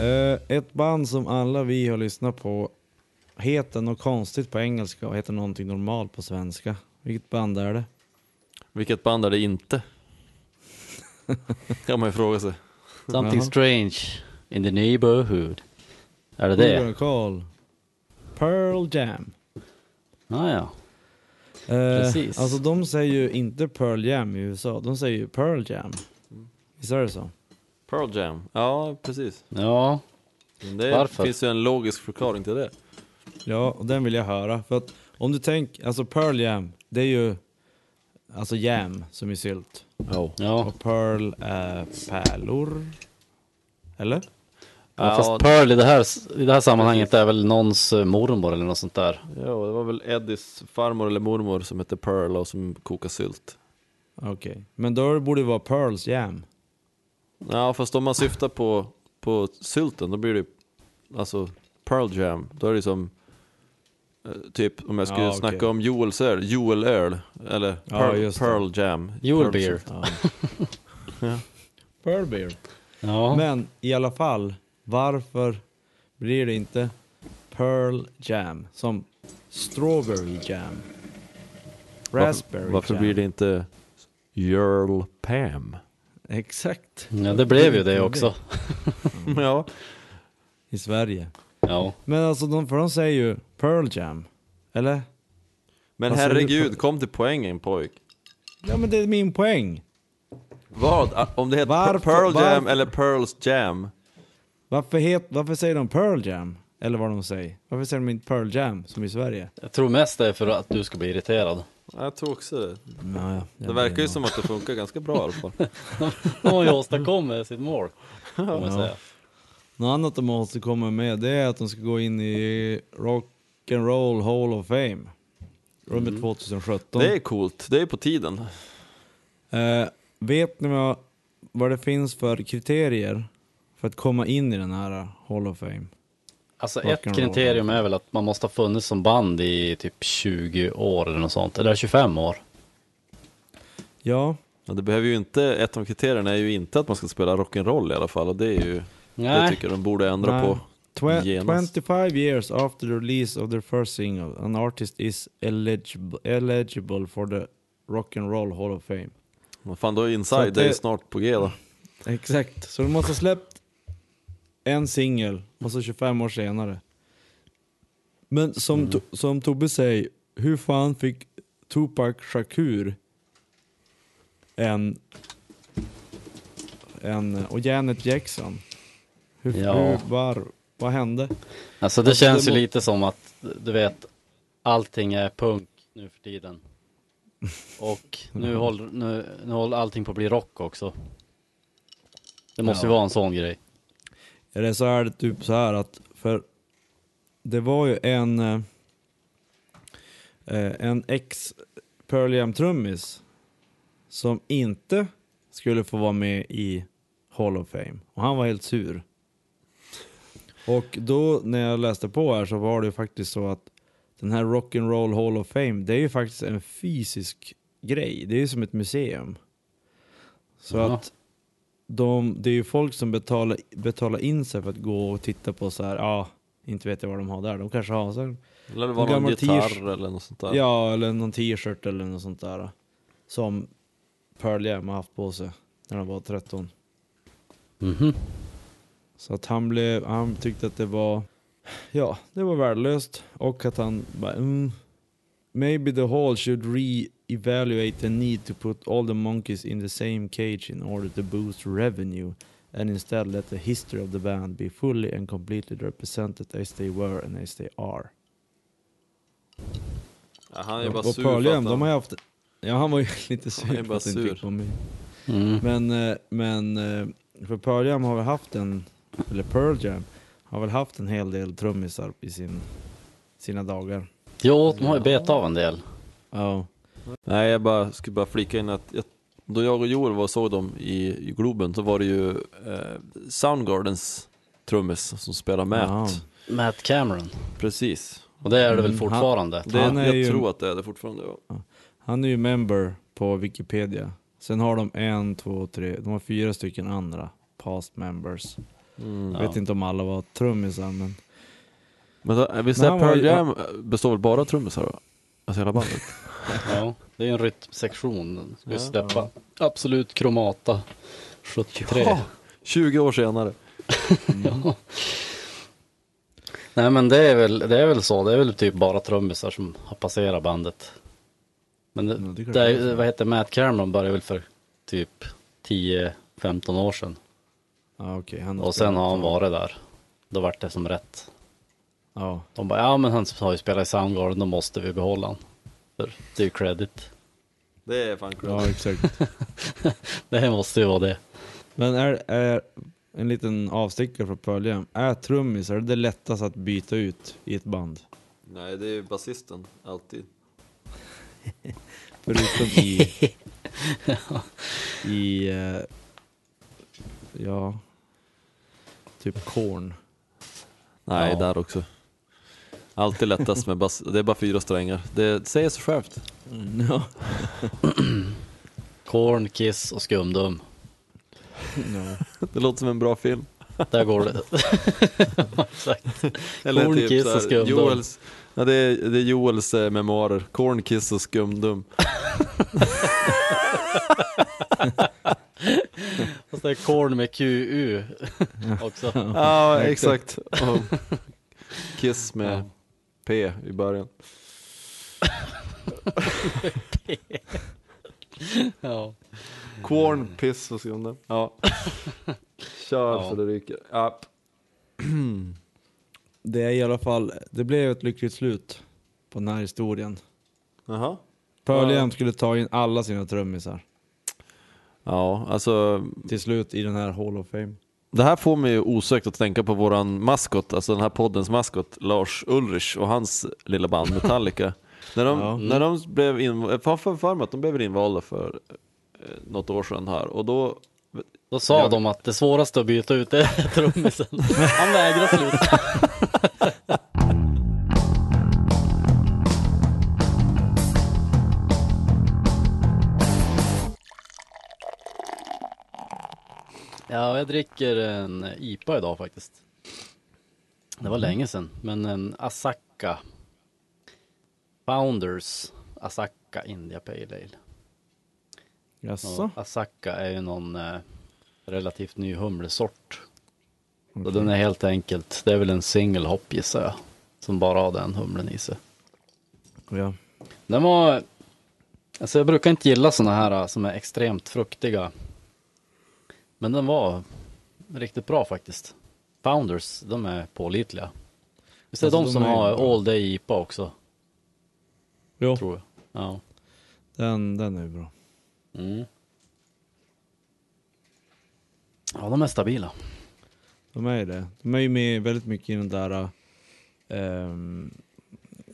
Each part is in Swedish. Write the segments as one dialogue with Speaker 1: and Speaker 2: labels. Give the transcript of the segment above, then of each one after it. Speaker 1: Eh, ett band som alla vi har lyssnat på heter något konstigt på engelska och heter någonting normalt på svenska. Vilket band är det?
Speaker 2: Vilket band är det inte? kan man ju fråga sig.
Speaker 3: Something
Speaker 1: Jaha.
Speaker 3: strange in the neighborhood. Är det det?
Speaker 1: Google Call. Pearl Jam.
Speaker 3: Ah, ja.
Speaker 1: Eh,
Speaker 3: Precis.
Speaker 1: Alltså de säger ju inte Pearl Jam i USA, de säger ju Pearl Jam. Visst är det så?
Speaker 2: Pearl Jam. Ja, precis.
Speaker 3: ja.
Speaker 2: Men det
Speaker 3: Varför?
Speaker 2: finns ju en logisk förklaring till det.
Speaker 1: Ja, och den vill jag höra. För att om du tänker, alltså Pearl Jam, det är ju alltså jam som i sylt.
Speaker 2: Ja.
Speaker 3: Ja.
Speaker 1: Och Pearl är pärlor. Eller?
Speaker 3: ja, fast Pearl i det här, i det här sammanhanget är väl någons eh, mormor eller något sånt där.
Speaker 2: Ja, det var väl Eddies farmor eller mormor som hette Pearl och som kokade sylt.
Speaker 1: Okej. Men då borde det vara Pearls jam.
Speaker 2: Ja, fast om man syftar på, på sylten, då blir det alltså Pearl Jam. Då är det som eh, typ om jag skulle
Speaker 1: Ja, okej.
Speaker 2: snacka om Joels öl, Joel öl eller
Speaker 1: Ja,
Speaker 2: Pearl,
Speaker 1: just det.
Speaker 2: Pearl Jam.
Speaker 3: Joel
Speaker 2: Pearl
Speaker 3: Beer.
Speaker 2: sylt.
Speaker 1: Ja. Pearl beer.
Speaker 3: Ja.
Speaker 1: Men i alla fall, varför blir det inte Pearl jam som strawberry jam? Raspberry
Speaker 2: Varför, varför
Speaker 1: jam.
Speaker 2: blir det inte Jörl Pam?
Speaker 1: Exakt.
Speaker 2: Mm.
Speaker 3: ja, det blev ju det också.
Speaker 2: ja.
Speaker 1: I Sverige.
Speaker 3: Ja.
Speaker 1: Men alltså de, för de säger ju Pearl Jam. Eller?
Speaker 2: Men
Speaker 1: Vad säger du, Pearl?
Speaker 2: herregud, kom till poängen pojk.
Speaker 1: Ja men det är min poäng.
Speaker 2: Vad? Ah, Om det heter
Speaker 1: Varför-
Speaker 2: Pearl Jam
Speaker 1: varför-
Speaker 2: eller Pearls Jam?
Speaker 1: Varför, het, varför säger de Pearl Jam? Eller vad de säger. Varför säger de inte Pearl Jam som i Sverige?
Speaker 3: Jag tror mest det är för att du ska bli irriterad.
Speaker 2: Ja, Jag tror också det.
Speaker 1: Ja, ja.
Speaker 2: Det verkar ju som att det funkar ganska bra i alla fall.
Speaker 3: De har ju åstadkommit sitt mål. Kan man säga.
Speaker 1: Något annat de måste komma med det är att de ska gå in i Rock'n'Roll Hall of Fame. Rummet 2017.
Speaker 2: Mm. Det är coolt, det är på tiden.
Speaker 1: Eh, vet ni vad, vad det finns för kriterier för att komma in i den här Hall of Fame?
Speaker 3: Alltså
Speaker 1: Rock
Speaker 3: ett
Speaker 1: and roll.
Speaker 3: kriterium är väl att man måste ha funnits som band i typ 20 år eller något sånt. Eller 25 år.
Speaker 1: Ja,
Speaker 2: Men det behöver ju inte, ett av kriterierna är ju inte att man ska spela rock'n'roll i alla fall och det är ju, det
Speaker 3: Nej.
Speaker 2: tycker jag de borde ändra
Speaker 1: Nej.
Speaker 2: på.
Speaker 1: Twe-
Speaker 2: Genast.
Speaker 1: 25 years after the release of their first single, an artist is eligible, eligible for the Rock and Roll Hall of Fame.
Speaker 2: Vad fan, då är
Speaker 1: Så att
Speaker 2: Inside,
Speaker 1: det-
Speaker 2: det är ju snart på G då.
Speaker 1: Exakt, så de måste ha släppt en singel och så 25 år senare. Men som, To- som Tobbe säger, hur fan fick Tupac Shakur en, en och Janet Jackson? Hur,
Speaker 3: Ja.
Speaker 1: hur var, vad hände?
Speaker 3: Alltså det
Speaker 1: Alltså, det
Speaker 3: känns ju
Speaker 1: må-
Speaker 3: lite som att, du vet, allting är punk nu för tiden. Och nu håller, nu, nu håller allting på att bli rock också. Det måste ju
Speaker 1: Ja.
Speaker 3: vara en sån grej.
Speaker 1: Eller så är det typ så här att, för det var ju en, eh, eh, en ex Pearl Jam trummis som inte skulle få vara med i Hall of Fame. Och han var helt sur. Och då när jag läste på här så var det ju faktiskt så att den här Rock'n'Roll Hall of Fame, det är ju faktiskt en fysisk grej. Det är ju som ett museum. Så
Speaker 3: Ja.
Speaker 1: att de, det är ju folk som betalar, betalar in sig för att gå och titta på så här, ja, inte vet jag vad de har där. De kanske har så här,
Speaker 2: Eller det var någon
Speaker 1: gammal
Speaker 2: gitarr
Speaker 1: t-shirt.
Speaker 2: eller något sånt där.
Speaker 1: ja, eller någon t-shirt eller något sånt där. Som Pearl Jam har haft på sig när de var 13.
Speaker 3: Mhm.
Speaker 1: Så att han blev, han tyckte att det var, ja, det var värdelöst och att han bara, mm, Maybe the hall should re-evaluate the need to put all the monkeys in the same cage in order to boost revenue and instead let the history of the band be fully and completely represented as they were and as they are.
Speaker 2: Ja, han är ju bara
Speaker 1: och
Speaker 2: sur
Speaker 1: Pearl
Speaker 2: för
Speaker 1: Jam,
Speaker 2: att
Speaker 1: de
Speaker 2: han...
Speaker 1: har ju haft, ja han var ju lite sur
Speaker 2: är
Speaker 1: för
Speaker 2: bara
Speaker 1: att han inte
Speaker 2: sur.
Speaker 1: fick vara med.
Speaker 3: Mm.
Speaker 1: Men, eh, men eh, för Pearl Jam har väl haft en, eller Pearl Jam, har väl haft en hel del trummisar i sin, sina dagar.
Speaker 3: Jo, de har ju bet av en del.
Speaker 1: Ja.
Speaker 2: Nej, jag bara, skulle bara flika in att jag, då jag och Joel var och såg dem i, i Globen så var det ju eh, Soundgardens trummis som spelade Matt.
Speaker 1: Ja.
Speaker 3: Matt Cameron.
Speaker 2: Precis.
Speaker 3: Och det är det väl
Speaker 1: Mm, han-
Speaker 3: fortfarande?
Speaker 2: Det,
Speaker 1: Han är
Speaker 2: jag
Speaker 1: ju-
Speaker 2: tror att det är det fortfarande. Ja.
Speaker 1: Han är ju member på Wikipedia. Sen har de en, två, tre, de har fyra stycken andra past members.
Speaker 3: Ja. Eh,
Speaker 1: Jag vet inte om alla var trummisar men
Speaker 2: Mm. Men då, eh, visst
Speaker 1: Men
Speaker 2: är
Speaker 1: han var
Speaker 2: Pearl
Speaker 1: ju-
Speaker 2: Jam eh, består väl bara av trummisar va? Alltså hela bandet?
Speaker 3: Ja, det är ju en rytmsektion. Den ska
Speaker 2: Ja.
Speaker 3: vi släppa. Absolut Kromata 73.
Speaker 2: Ja, 20 år senare.
Speaker 3: Ja. Nej men det är, väl, det är väl så, det är väl typ bara trummisar som har passerat bandet. Men det,
Speaker 1: Ja, det är klart
Speaker 3: det är,
Speaker 1: det är så.
Speaker 3: vad heter Matt Cameron började väl för typ 10-15 år sedan.
Speaker 1: ja, okej. han
Speaker 3: Och sen
Speaker 1: spelat-
Speaker 3: har han varit där. Då vart det som rätt.
Speaker 1: Ja,
Speaker 3: De bara, ja men han har ju spelat i Soundgarden, då måste vi behålla han. För det är ju credit.
Speaker 2: Det är fan cred.
Speaker 1: ja exakt.
Speaker 3: Det här måste ju vara det.
Speaker 1: Men är, är en liten avstickare från Pearl Jam. Är trummis, är det det lättaste att byta ut i ett band?
Speaker 2: Nej, det är ju basisten, alltid.
Speaker 1: Förutom i... I... eh, ja... Typ Korn.
Speaker 2: Nej,
Speaker 3: Ja.
Speaker 2: där också. Alltid lättast med bas. Det är bara fyra strängar. Det säger sig självt.
Speaker 1: Ja.
Speaker 3: Korn, Kiss och Skumdum.
Speaker 1: No.
Speaker 2: Det låter som en bra film.
Speaker 3: Där går det. Ja, Exakt.
Speaker 2: Eller
Speaker 3: Korn,
Speaker 2: typ
Speaker 3: Kiss
Speaker 2: såhär,
Speaker 3: och Skumdum.
Speaker 2: Joels, ja, det, är, det är Joels eh, memoarer. Corn, Kiss och Skumdum.
Speaker 3: Fast det är Korn med QU också.
Speaker 2: Ja, exakt. Och kiss med
Speaker 3: Ja.
Speaker 2: P i början.
Speaker 3: Ja.
Speaker 2: Corn, piss och skumdum. Ja. Kör
Speaker 3: Ja.
Speaker 2: så det ryker. Ja.
Speaker 1: Det är i alla fall... Det blev ett lyckligt slut på den här historien.
Speaker 2: Jaha.
Speaker 1: Pearl
Speaker 2: Ja.
Speaker 1: Jam skulle ta in alla sina trummisar
Speaker 2: Ja, alltså
Speaker 1: till slut i den här Hall of Fame.
Speaker 2: det här får mig ju osökt att tänka på våran maskot, alltså den här poddens maskot, Lars Ulrich och hans lilla band Metallica. när, de,
Speaker 1: Ja.
Speaker 2: när de blev invalda, jag har för- för mig att de blev invalda för eh, något år sedan här och då
Speaker 3: Då sa de att det svåraste att byta ut är trummisen. Han vägrar sluta. Ja, jag dricker en IPA idag faktiskt. Det var länge sedan, men en Asaka. Founders Asaka India Pale Ale.
Speaker 1: Jaså?
Speaker 3: Och Asaka är ju någon eh, relativt ny humlesort.
Speaker 1: Okej.
Speaker 3: Och den är helt enkelt, det är väl en single hop gissar jag. Som bara har den humlen i sig.
Speaker 1: Ja.
Speaker 3: Den var, alltså jag brukar inte gilla sådana här eh, som är extremt fruktiga. Men den var riktigt bra faktiskt. Founders, de är pålitliga. Visst är det
Speaker 1: Alltså,
Speaker 3: de
Speaker 1: de
Speaker 3: som
Speaker 1: är ju
Speaker 3: har
Speaker 1: bra.
Speaker 3: All Day IPA också,
Speaker 1: Jo,
Speaker 3: tror jag. Ja.
Speaker 1: den, den är ju bra.
Speaker 3: Mm. Ja, de är stabila.
Speaker 1: De är ju det. De är ju med väldigt mycket i den där ehm,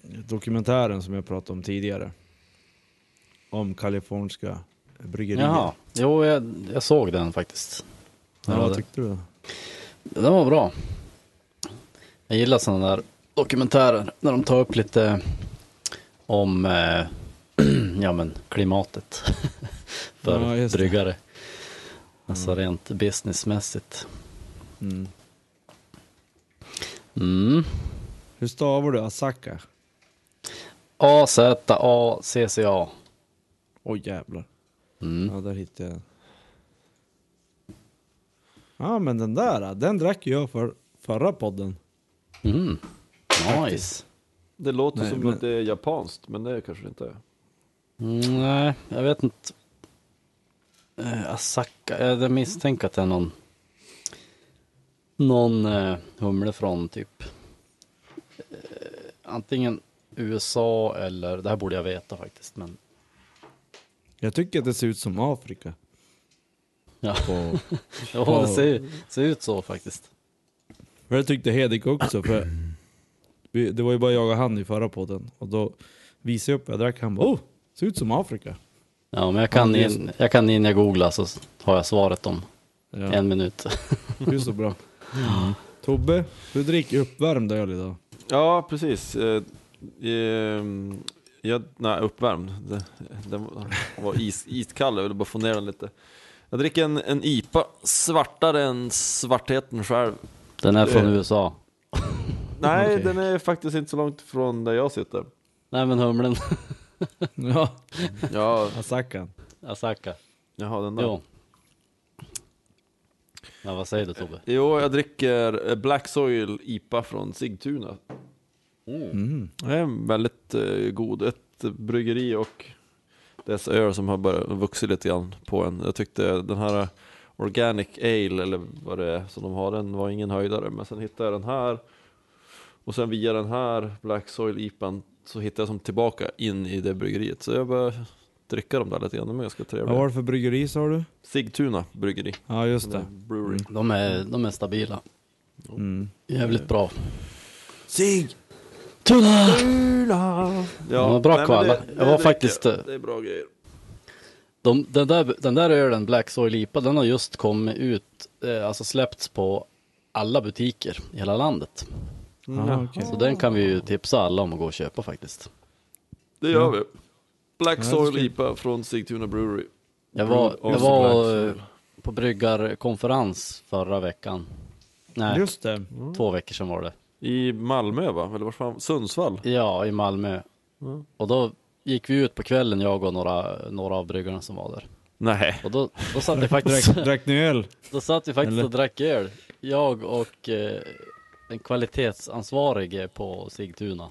Speaker 1: dokumentären som jag pratade om tidigare. Om kaliforniska bryggerier.
Speaker 3: Jaha, jo jag, jag såg den faktiskt.
Speaker 1: Ja, vad tyckte du?
Speaker 3: Den var bra. Jag gillar sådana där dokumentärer när de tar upp lite om eh, ja, men klimatet för
Speaker 1: Ja, just det.
Speaker 3: bryggare. Alltså rent businessmässigt.
Speaker 1: Mm.
Speaker 3: Mm.
Speaker 1: Hur stavar du Asaka?
Speaker 3: A-Z-A-C-C-A.
Speaker 1: Oj jävlar.
Speaker 3: Mm.
Speaker 1: Ja, där hittade jag den. Ja, men den där, den drack ju jag för förra podden.
Speaker 3: Mm. Nice.
Speaker 2: Det låter
Speaker 1: Nej,
Speaker 2: som
Speaker 1: men-
Speaker 2: att det är japanskt, men det kanske det inte är.
Speaker 3: Mm, nej, jag vet inte. Eh, Asaka, jag jag misstänker att det är någon någon eh, humle från typ eh, antingen USA eller, det här borde jag veta faktiskt, men
Speaker 1: Jag tycker att det ser ut som Afrika.
Speaker 3: ja,
Speaker 1: På...
Speaker 3: ja det ser, ju- ser ut så faktiskt.
Speaker 1: Men det tyckte Hedik också för vi, det var ju bara jag och han i förra podden och då visade jag upp vad jag drack han bara oh, ser ut som Afrika.
Speaker 3: Ja, men jag kan,
Speaker 1: Ja, det är
Speaker 3: in, jag kan in, jag googlar så s- har jag svaret om
Speaker 1: Ja,
Speaker 3: en minut.
Speaker 1: det är så bra. Tobbe, du dricker uppvärmd öl idag.
Speaker 2: Ja, precis. Eh, ehm, jag, nej, uppvärmd. Den, den var is, iskall, jag ville bara få ner den lite. Jag dricker en, en IPA, svartare än svartheten själv.
Speaker 3: Den är från
Speaker 2: Eh.
Speaker 3: USA.
Speaker 2: Nej,
Speaker 1: Okej.
Speaker 2: den är faktiskt inte så långt från där jag sitter.
Speaker 3: Nej men humlen,
Speaker 1: Ja,
Speaker 2: Ja,
Speaker 1: Asakan.
Speaker 3: Asaka.
Speaker 2: jaha, den där.
Speaker 3: Jo. Ja, vad säger du Tobbe?
Speaker 2: Jo, jag dricker eh, Black Soil IPA från Sigtuna.
Speaker 1: Mm.
Speaker 2: Det är en väldigt eh, god. Ett bryggeri och dess öl som har börjat vuxit lite grann på en. Jag tyckte den här Organic Ale, eller vad det är som de har, den var ingen höjdare. Men sen hittade jag den här och sen via den här Black Soil IPAn så hittade jag som tillbaka in i det bryggeriet. Så jag började dricka dem där lite grann, de är ganska
Speaker 1: Vad
Speaker 2: trevliga.
Speaker 1: var det för bryggeri sa du?
Speaker 2: Sigtuna bryggeri.
Speaker 1: Ja, just det.
Speaker 2: Brewery.
Speaker 3: De är, de är stabila.
Speaker 1: Mm.
Speaker 3: Jävligt bra.
Speaker 1: Sig!
Speaker 3: Tuna!
Speaker 2: Ja,
Speaker 3: De har bra
Speaker 2: nej, men
Speaker 3: kvala. Jag var
Speaker 2: dricker
Speaker 3: faktiskt, eh,
Speaker 2: jag. Det är bra grejer.
Speaker 3: De, den, där, den där ölen, Black Soil IPA, den har just kommit ut, eh, alltså släppts på alla butiker i hela landet.
Speaker 2: Mm.
Speaker 1: Ah, okej.
Speaker 3: Så den kan vi ju tipsa alla om att gå och köpa faktiskt.
Speaker 2: Det gör vi. Black
Speaker 1: Ja, det
Speaker 2: Soil
Speaker 1: ska-
Speaker 2: IPA från Sigtuna Brewery.
Speaker 3: Jag
Speaker 1: Mm,
Speaker 3: var,
Speaker 2: Brewed
Speaker 3: jag
Speaker 2: on
Speaker 3: var
Speaker 2: Black
Speaker 3: eh, på bryggarkonferens förra veckan. Nej,
Speaker 1: Just det.
Speaker 3: två veckor sedan var det.
Speaker 2: I Malmö va? Eller vart fan? Sundsvall?
Speaker 3: Ja, i Malmö.
Speaker 1: Mm.
Speaker 3: Och då gick vi ut på kvällen, jag och några, några av bryggarna som var där.
Speaker 2: Nej.
Speaker 3: Och då, då satt vi faktiskt,
Speaker 1: Drack, drack ni öl?
Speaker 3: då satt vi faktiskt
Speaker 1: Eller?
Speaker 3: och drack öl. Jag och eh, en kvalitetsansvarig på Sigtuna.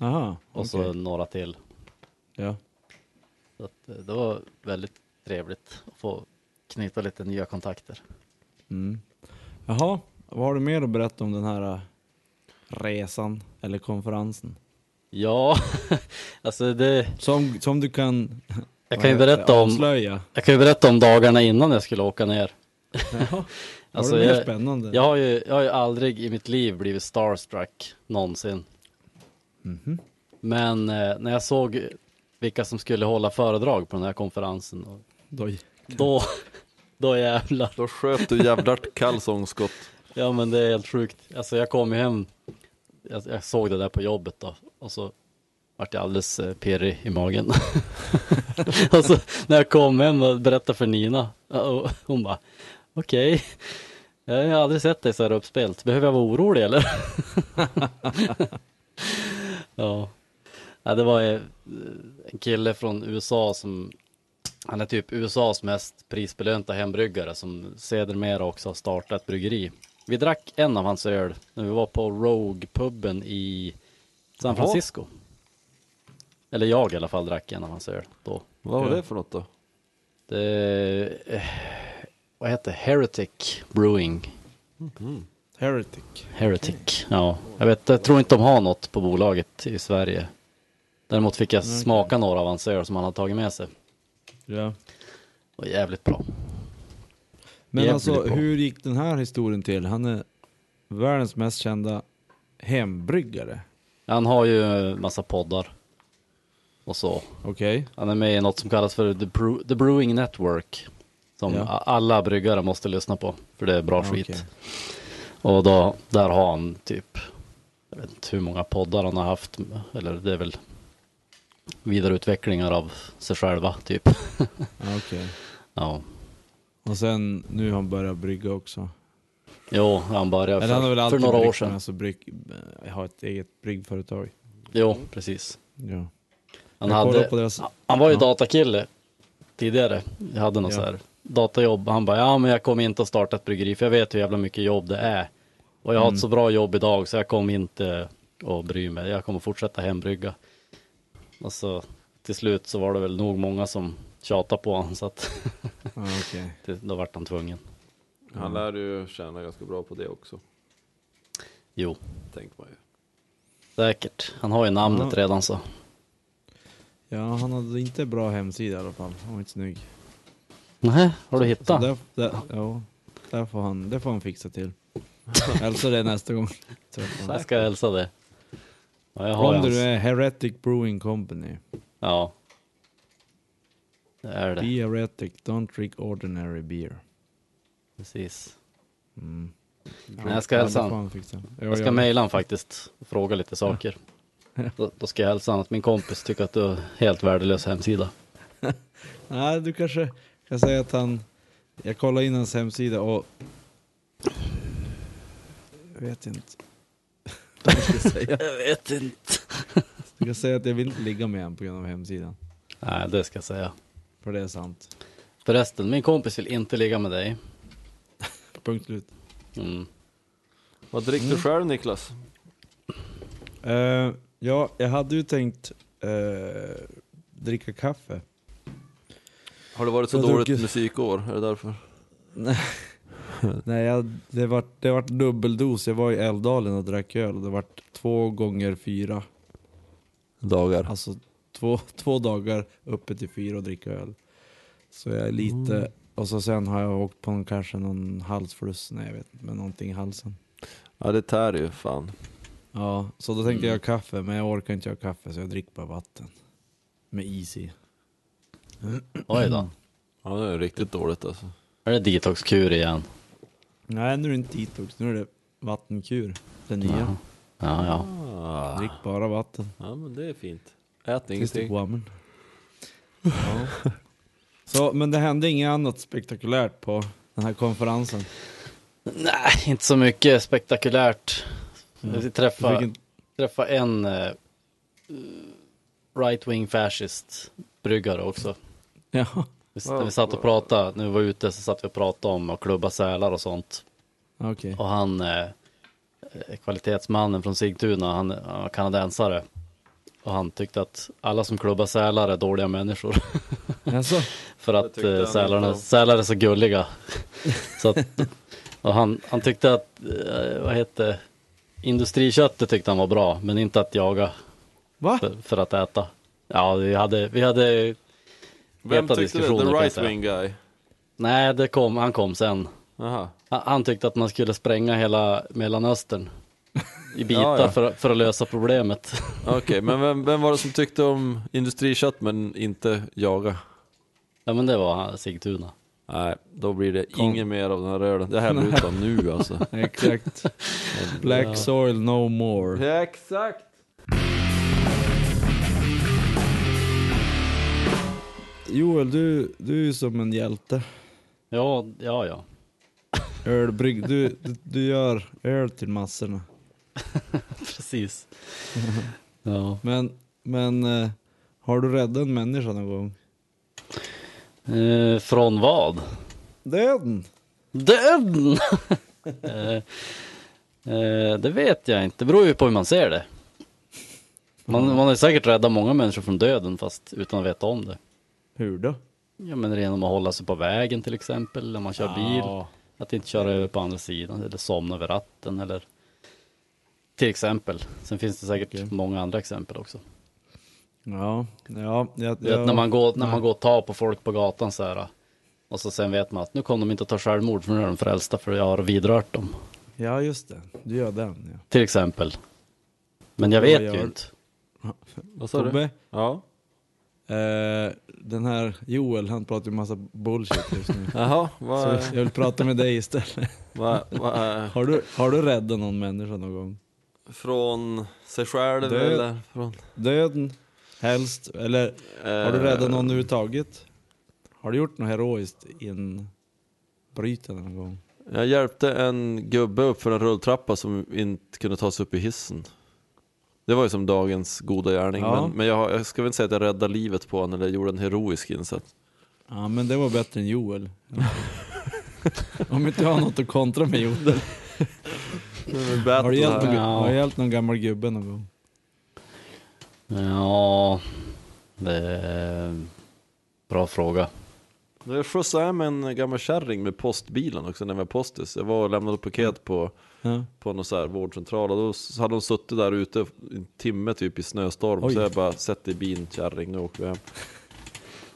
Speaker 1: Aha,
Speaker 3: Och så
Speaker 1: okej.
Speaker 3: några till.
Speaker 1: Ja.
Speaker 3: Så att, eh, det var väldigt trevligt att få knyta lite nya kontakter.
Speaker 1: Mm. Jaha, vad har du mer att berätta om den här eh, resan eller konferensen?
Speaker 3: Ja, alltså det,
Speaker 1: Som, som du kan
Speaker 3: jag kan ju berätta om,
Speaker 1: avslöja.
Speaker 3: jag kan ju berätta om dagarna innan jag skulle åka ner.
Speaker 1: Jaha.
Speaker 3: Alltså,
Speaker 1: var det mer
Speaker 3: jag-
Speaker 1: spännande?
Speaker 3: Jag har ju, jag har ju aldrig i mitt liv blivit starstruck någonsin.
Speaker 1: Mhm.
Speaker 3: Men eh, när jag såg vilka som skulle hålla föredrag på den här konferensen, och
Speaker 1: Då,
Speaker 3: då, då jävlar.
Speaker 2: Då sköt du jävlar kalsongskott.
Speaker 3: Ja men det är helt sjukt. Alltså jag kom ju hem, jag, jag såg det där på jobbet då, och så vart jag alldeles eh, pirrig i magen. och så när jag kom hem och berättade för Nina, och hon bara, okej, jag har aldrig sett dig så här uppspelt, behöver jag vara orolig eller? ja. ja, det var eh, en kille från USA som, han är typ USAs mest prisbelönta hembryggare som sedermera också har startat ett bryggeri. Vi drack en av hans öl när vi var på Rogue-puben i San
Speaker 2: Jaha.
Speaker 3: Francisco. Eller jag i alla fall drack en av hans öl då.
Speaker 2: Vad var det för något då?
Speaker 3: Det, eh, vad heter Heretic Brewing?
Speaker 1: Heretic.
Speaker 3: Heretic, ja. Jag, vet, jag tror inte de har något på bolaget i Sverige. Däremot fick
Speaker 1: Mm,
Speaker 3: jag smaka några av hans öl som han hade tagit med sig.
Speaker 1: Ja.
Speaker 3: Och jävligt bra.
Speaker 1: Men
Speaker 3: Jävligt
Speaker 1: alltså,
Speaker 3: bra.
Speaker 1: hur gick den här historien till? Han är världens mest kända hembryggare.
Speaker 3: Han har ju en massa poddar. Och så.
Speaker 1: Okej.
Speaker 3: Han är med i något som kallas för The, Brew, The Brewing Network. Som
Speaker 1: Ja.
Speaker 3: a- alla bryggare måste lyssna på. För det är
Speaker 1: Ja,
Speaker 3: bra skit.
Speaker 1: okej.
Speaker 3: Och då, där har han typ, jag vet inte hur många poddar han har haft, eller det är väl vidareutvecklingar av sig själva typ.
Speaker 1: Ja, Okej.
Speaker 3: Ja.
Speaker 1: Och sen, nu har han börjat brygga också.
Speaker 3: Jo, han började
Speaker 1: Eller han har väl
Speaker 3: för, för
Speaker 1: alltid
Speaker 3: några år
Speaker 1: bryggt, men
Speaker 3: sedan.
Speaker 1: Alltså, brygg, eh, har ett eget bryggföretag.
Speaker 3: Jo, precis.
Speaker 1: Ja.
Speaker 3: Han,
Speaker 1: Jag kollade
Speaker 3: hade,
Speaker 1: på deras-
Speaker 3: han var ju
Speaker 1: Ja.
Speaker 3: datakille tidigare. Jag hade något
Speaker 1: Ja.
Speaker 3: så här datajobb. Han bara, ja men jag kommer inte att starta ett bryggeri för jag vet hur jävla mycket jobb det är. Och jag
Speaker 1: Mm.
Speaker 3: har ett så bra jobb idag så jag kommer inte att bry mig. Jag kommer fortsätta hembrygga. Och så till slut så var det väl nog många som tjatade på honom så att
Speaker 1: Ja, okej.
Speaker 3: det- då vart han tvungen.
Speaker 2: Han lär ju tjäna ganska bra på det också.
Speaker 3: Jo,
Speaker 2: Tänk man ju.
Speaker 3: säkert. Han har ju namnet
Speaker 1: Ja.
Speaker 3: redan så.
Speaker 1: Ja, han hade inte bra hemsida i alla fall. Han var inte snygg.
Speaker 3: Nej, har du
Speaker 1: Så
Speaker 3: hittat?
Speaker 1: där, där, ja, där får han, det får han fixa till. Hälsa det nästa gång. träffar honom.
Speaker 3: Jag ska hälsa det. Ja, jag alltså. har
Speaker 1: Om
Speaker 3: ju
Speaker 1: du
Speaker 3: hans.
Speaker 1: är Heretic Brewing Company.
Speaker 3: Ja. Det är
Speaker 1: Be
Speaker 3: det.
Speaker 1: heretic, don't drink ordinary beer.
Speaker 3: Precis.
Speaker 1: Mm.
Speaker 3: Nej, jag ska hälsa
Speaker 1: Ja, det får
Speaker 3: han.
Speaker 1: han fixa. Jo,
Speaker 3: Jag
Speaker 1: gör
Speaker 3: ska
Speaker 1: det.
Speaker 3: mejla han faktiskt och fråga lite saker. Då, då ska jag hälsa han att min kompis tycker att du har helt värdelös hemsida.
Speaker 1: Nej, du kanske kan säga att han... Jag kollade in hans hemsida och... Jag vet inte. Vad ska jag säga?
Speaker 3: Jag vet inte.
Speaker 1: Du kan säga att jag vill inte ligga med honom på grund av hemsidan.
Speaker 3: Nej, det ska jag säga.
Speaker 1: För det är sant.
Speaker 3: Förresten, min kompis vill inte ligga med dig.
Speaker 1: Punkt slut.
Speaker 3: Mm.
Speaker 2: Vad dricker du själv Niklas?
Speaker 1: Eh, ja, jag hade ju tänkt eh, dricka kaffe.
Speaker 2: Har det varit så
Speaker 1: Jag har
Speaker 2: dåligt
Speaker 1: druckit-
Speaker 2: musikår? Är det därför?
Speaker 1: Nej, jag, det vart det var dubbeldos. Jag var i Älvdalen och drack öl. Det vart två gånger fyra.
Speaker 2: Dagar.
Speaker 1: Alltså två, två dagar uppe till fyra och dricka öl. Så jag är lite... Och så sen har jag åkt på en, kanske någon halsfluss, nej jag vet inte, men någonting i halsen.
Speaker 2: Ja det tär ju fan.
Speaker 1: Ja, så då tänkte jag ha kaffe, men jag orkar inte ha kaffe så jag dricker bara vatten. Med is i.
Speaker 3: Oj då.
Speaker 2: Ja det är riktigt dåligt alltså.
Speaker 3: Är det detoxkur igen?
Speaker 1: Nej, nu är det inte detox, nu är det vattenkur. Den nya.
Speaker 3: Ja, ja. ja.
Speaker 2: Ah.
Speaker 1: Drick bara vatten.
Speaker 2: Ja men det är fint. Ät
Speaker 1: Tills du
Speaker 2: ingenting.
Speaker 1: woman. Ja. Så, men det hände inget annat spektakulärt på den här konferensen.
Speaker 3: Nej, inte så mycket spektakulärt. Mm. Vi
Speaker 1: Du
Speaker 3: träffade
Speaker 1: fick inte-
Speaker 3: träffa en eh, right-wing fascist bryggare också.
Speaker 1: Ja,
Speaker 3: Vi, när vi satt och pratade, när vi var ute så satt vi och pratade om att klubba sälar och sånt.
Speaker 1: okej.
Speaker 3: Och han, eh, eh, kvalitetsmannen från Sigtuna, han, eh, han var kanadensare. Och han tyckte att alla som klubbar sälar är dåliga människor.
Speaker 1: Alltså,
Speaker 3: För att
Speaker 2: tyckte
Speaker 3: eh,
Speaker 2: han inte
Speaker 3: sälarna,
Speaker 2: om.
Speaker 3: sälar är så gulliga. så att, och han, han tyckte att, eh, vad heter industriköttet tyckte han var bra, men inte att jaga
Speaker 1: va?
Speaker 3: för, för att äta. Ja, vi hade, vi hade,
Speaker 2: Vem tyckte
Speaker 3: Heta
Speaker 2: det?
Speaker 3: diskussioner, kan
Speaker 2: The
Speaker 3: jag
Speaker 2: right
Speaker 3: säga.
Speaker 2: wing guy?
Speaker 3: nej, det kom, han kom sen.
Speaker 2: Aha.
Speaker 3: Han, han tyckte att man skulle spränga hela Mellanöstern i bitar
Speaker 2: Ja, ja.
Speaker 3: För, för att lösa problemet.
Speaker 2: Okej men vem, vem var det som tyckte om industrikött men inte jaga?
Speaker 3: ja, men det var han, Sigtuna.
Speaker 2: Nej, då blir det
Speaker 1: Kom.
Speaker 2: inget mer av den här ölen. Jag häller ut den nu alltså.
Speaker 1: Exakt. Black soil no more.
Speaker 2: Ja, exakt.
Speaker 1: Joel, du, du är ju som en hjälte.
Speaker 3: Ja, ja, ja.
Speaker 1: Ölbrygg, du, du, du gör öl till massorna.
Speaker 3: Precis. ja.
Speaker 1: Men, men eh, har du räddat en människa någon gång?
Speaker 3: Eh, från vad?
Speaker 1: Döden!
Speaker 3: Döden! eh, eh, det vet jag inte, det beror ju på hur man ser det. Man, man har säkert räddat många människor från döden fast utan att veta om det.
Speaker 1: Hur då?
Speaker 3: Ja men genom att hålla sig på vägen till exempel när man kör bil. Att inte köra över på andra sidan eller somna vid ratten eller till exempel. Sen finns det säkert många andra exempel också.
Speaker 1: Ja, ja. Jag,
Speaker 3: Du vet, när, man går, när man går och tar på folk på gatan så här. Och så sen vet man att nu kommer de inte att ta självmord för nu är de frälsta för jag har vidrört dem.
Speaker 1: Ja, just det. Du gör den, ja.
Speaker 3: Till exempel. Men jag
Speaker 1: Vad
Speaker 3: vet
Speaker 1: gör
Speaker 3: ju
Speaker 1: du?
Speaker 3: inte.
Speaker 2: Vad sa du?
Speaker 1: Tobbe,
Speaker 2: Ja.
Speaker 1: eh, den här Joel, han pratar ju massa bullshit just nu.
Speaker 2: Jaha,
Speaker 1: Så
Speaker 2: vad,
Speaker 1: jag vill prata med dig istället.
Speaker 2: vad, vad är
Speaker 1: Har du, har du räddat någon människa någon gång?
Speaker 2: från sig själv
Speaker 1: Det-
Speaker 2: eller från...
Speaker 1: Döden, helst, eller har du räddat
Speaker 3: Eh.
Speaker 1: någon överhuvudtaget? Har du gjort något heroiskt inbrytande någon gång?
Speaker 2: Jag hjälpte en gubbe upp för en rulltrappa som inte kunde ta sig upp i hissen. Det var ju som dagens goda gärning.
Speaker 1: Ja.
Speaker 2: Men, men jag, har- jag ska väl inte säga att jag räddade livet på honom eller gjorde en heroisk insats.
Speaker 1: Ja men det var bättre än Joel. Om inte jag har något att kontra med Joel. Har du hjälpt någon,
Speaker 3: Ja.
Speaker 1: har du hjälpt någon gammal gubbe någon gång?
Speaker 3: Ja, det är... Bra fråga.
Speaker 2: Jag skjutsade hem en gammal kärring med postbilen också när jag var postis. Jag var och lämnade paket på,
Speaker 1: Ja.
Speaker 2: på någon så här vårdcentral och då s- hade hon suttit där ute i en timme typ i snöstorm.
Speaker 1: Oj.
Speaker 2: Så jag bara sätt dig i bin kärring, nu åker vi hem.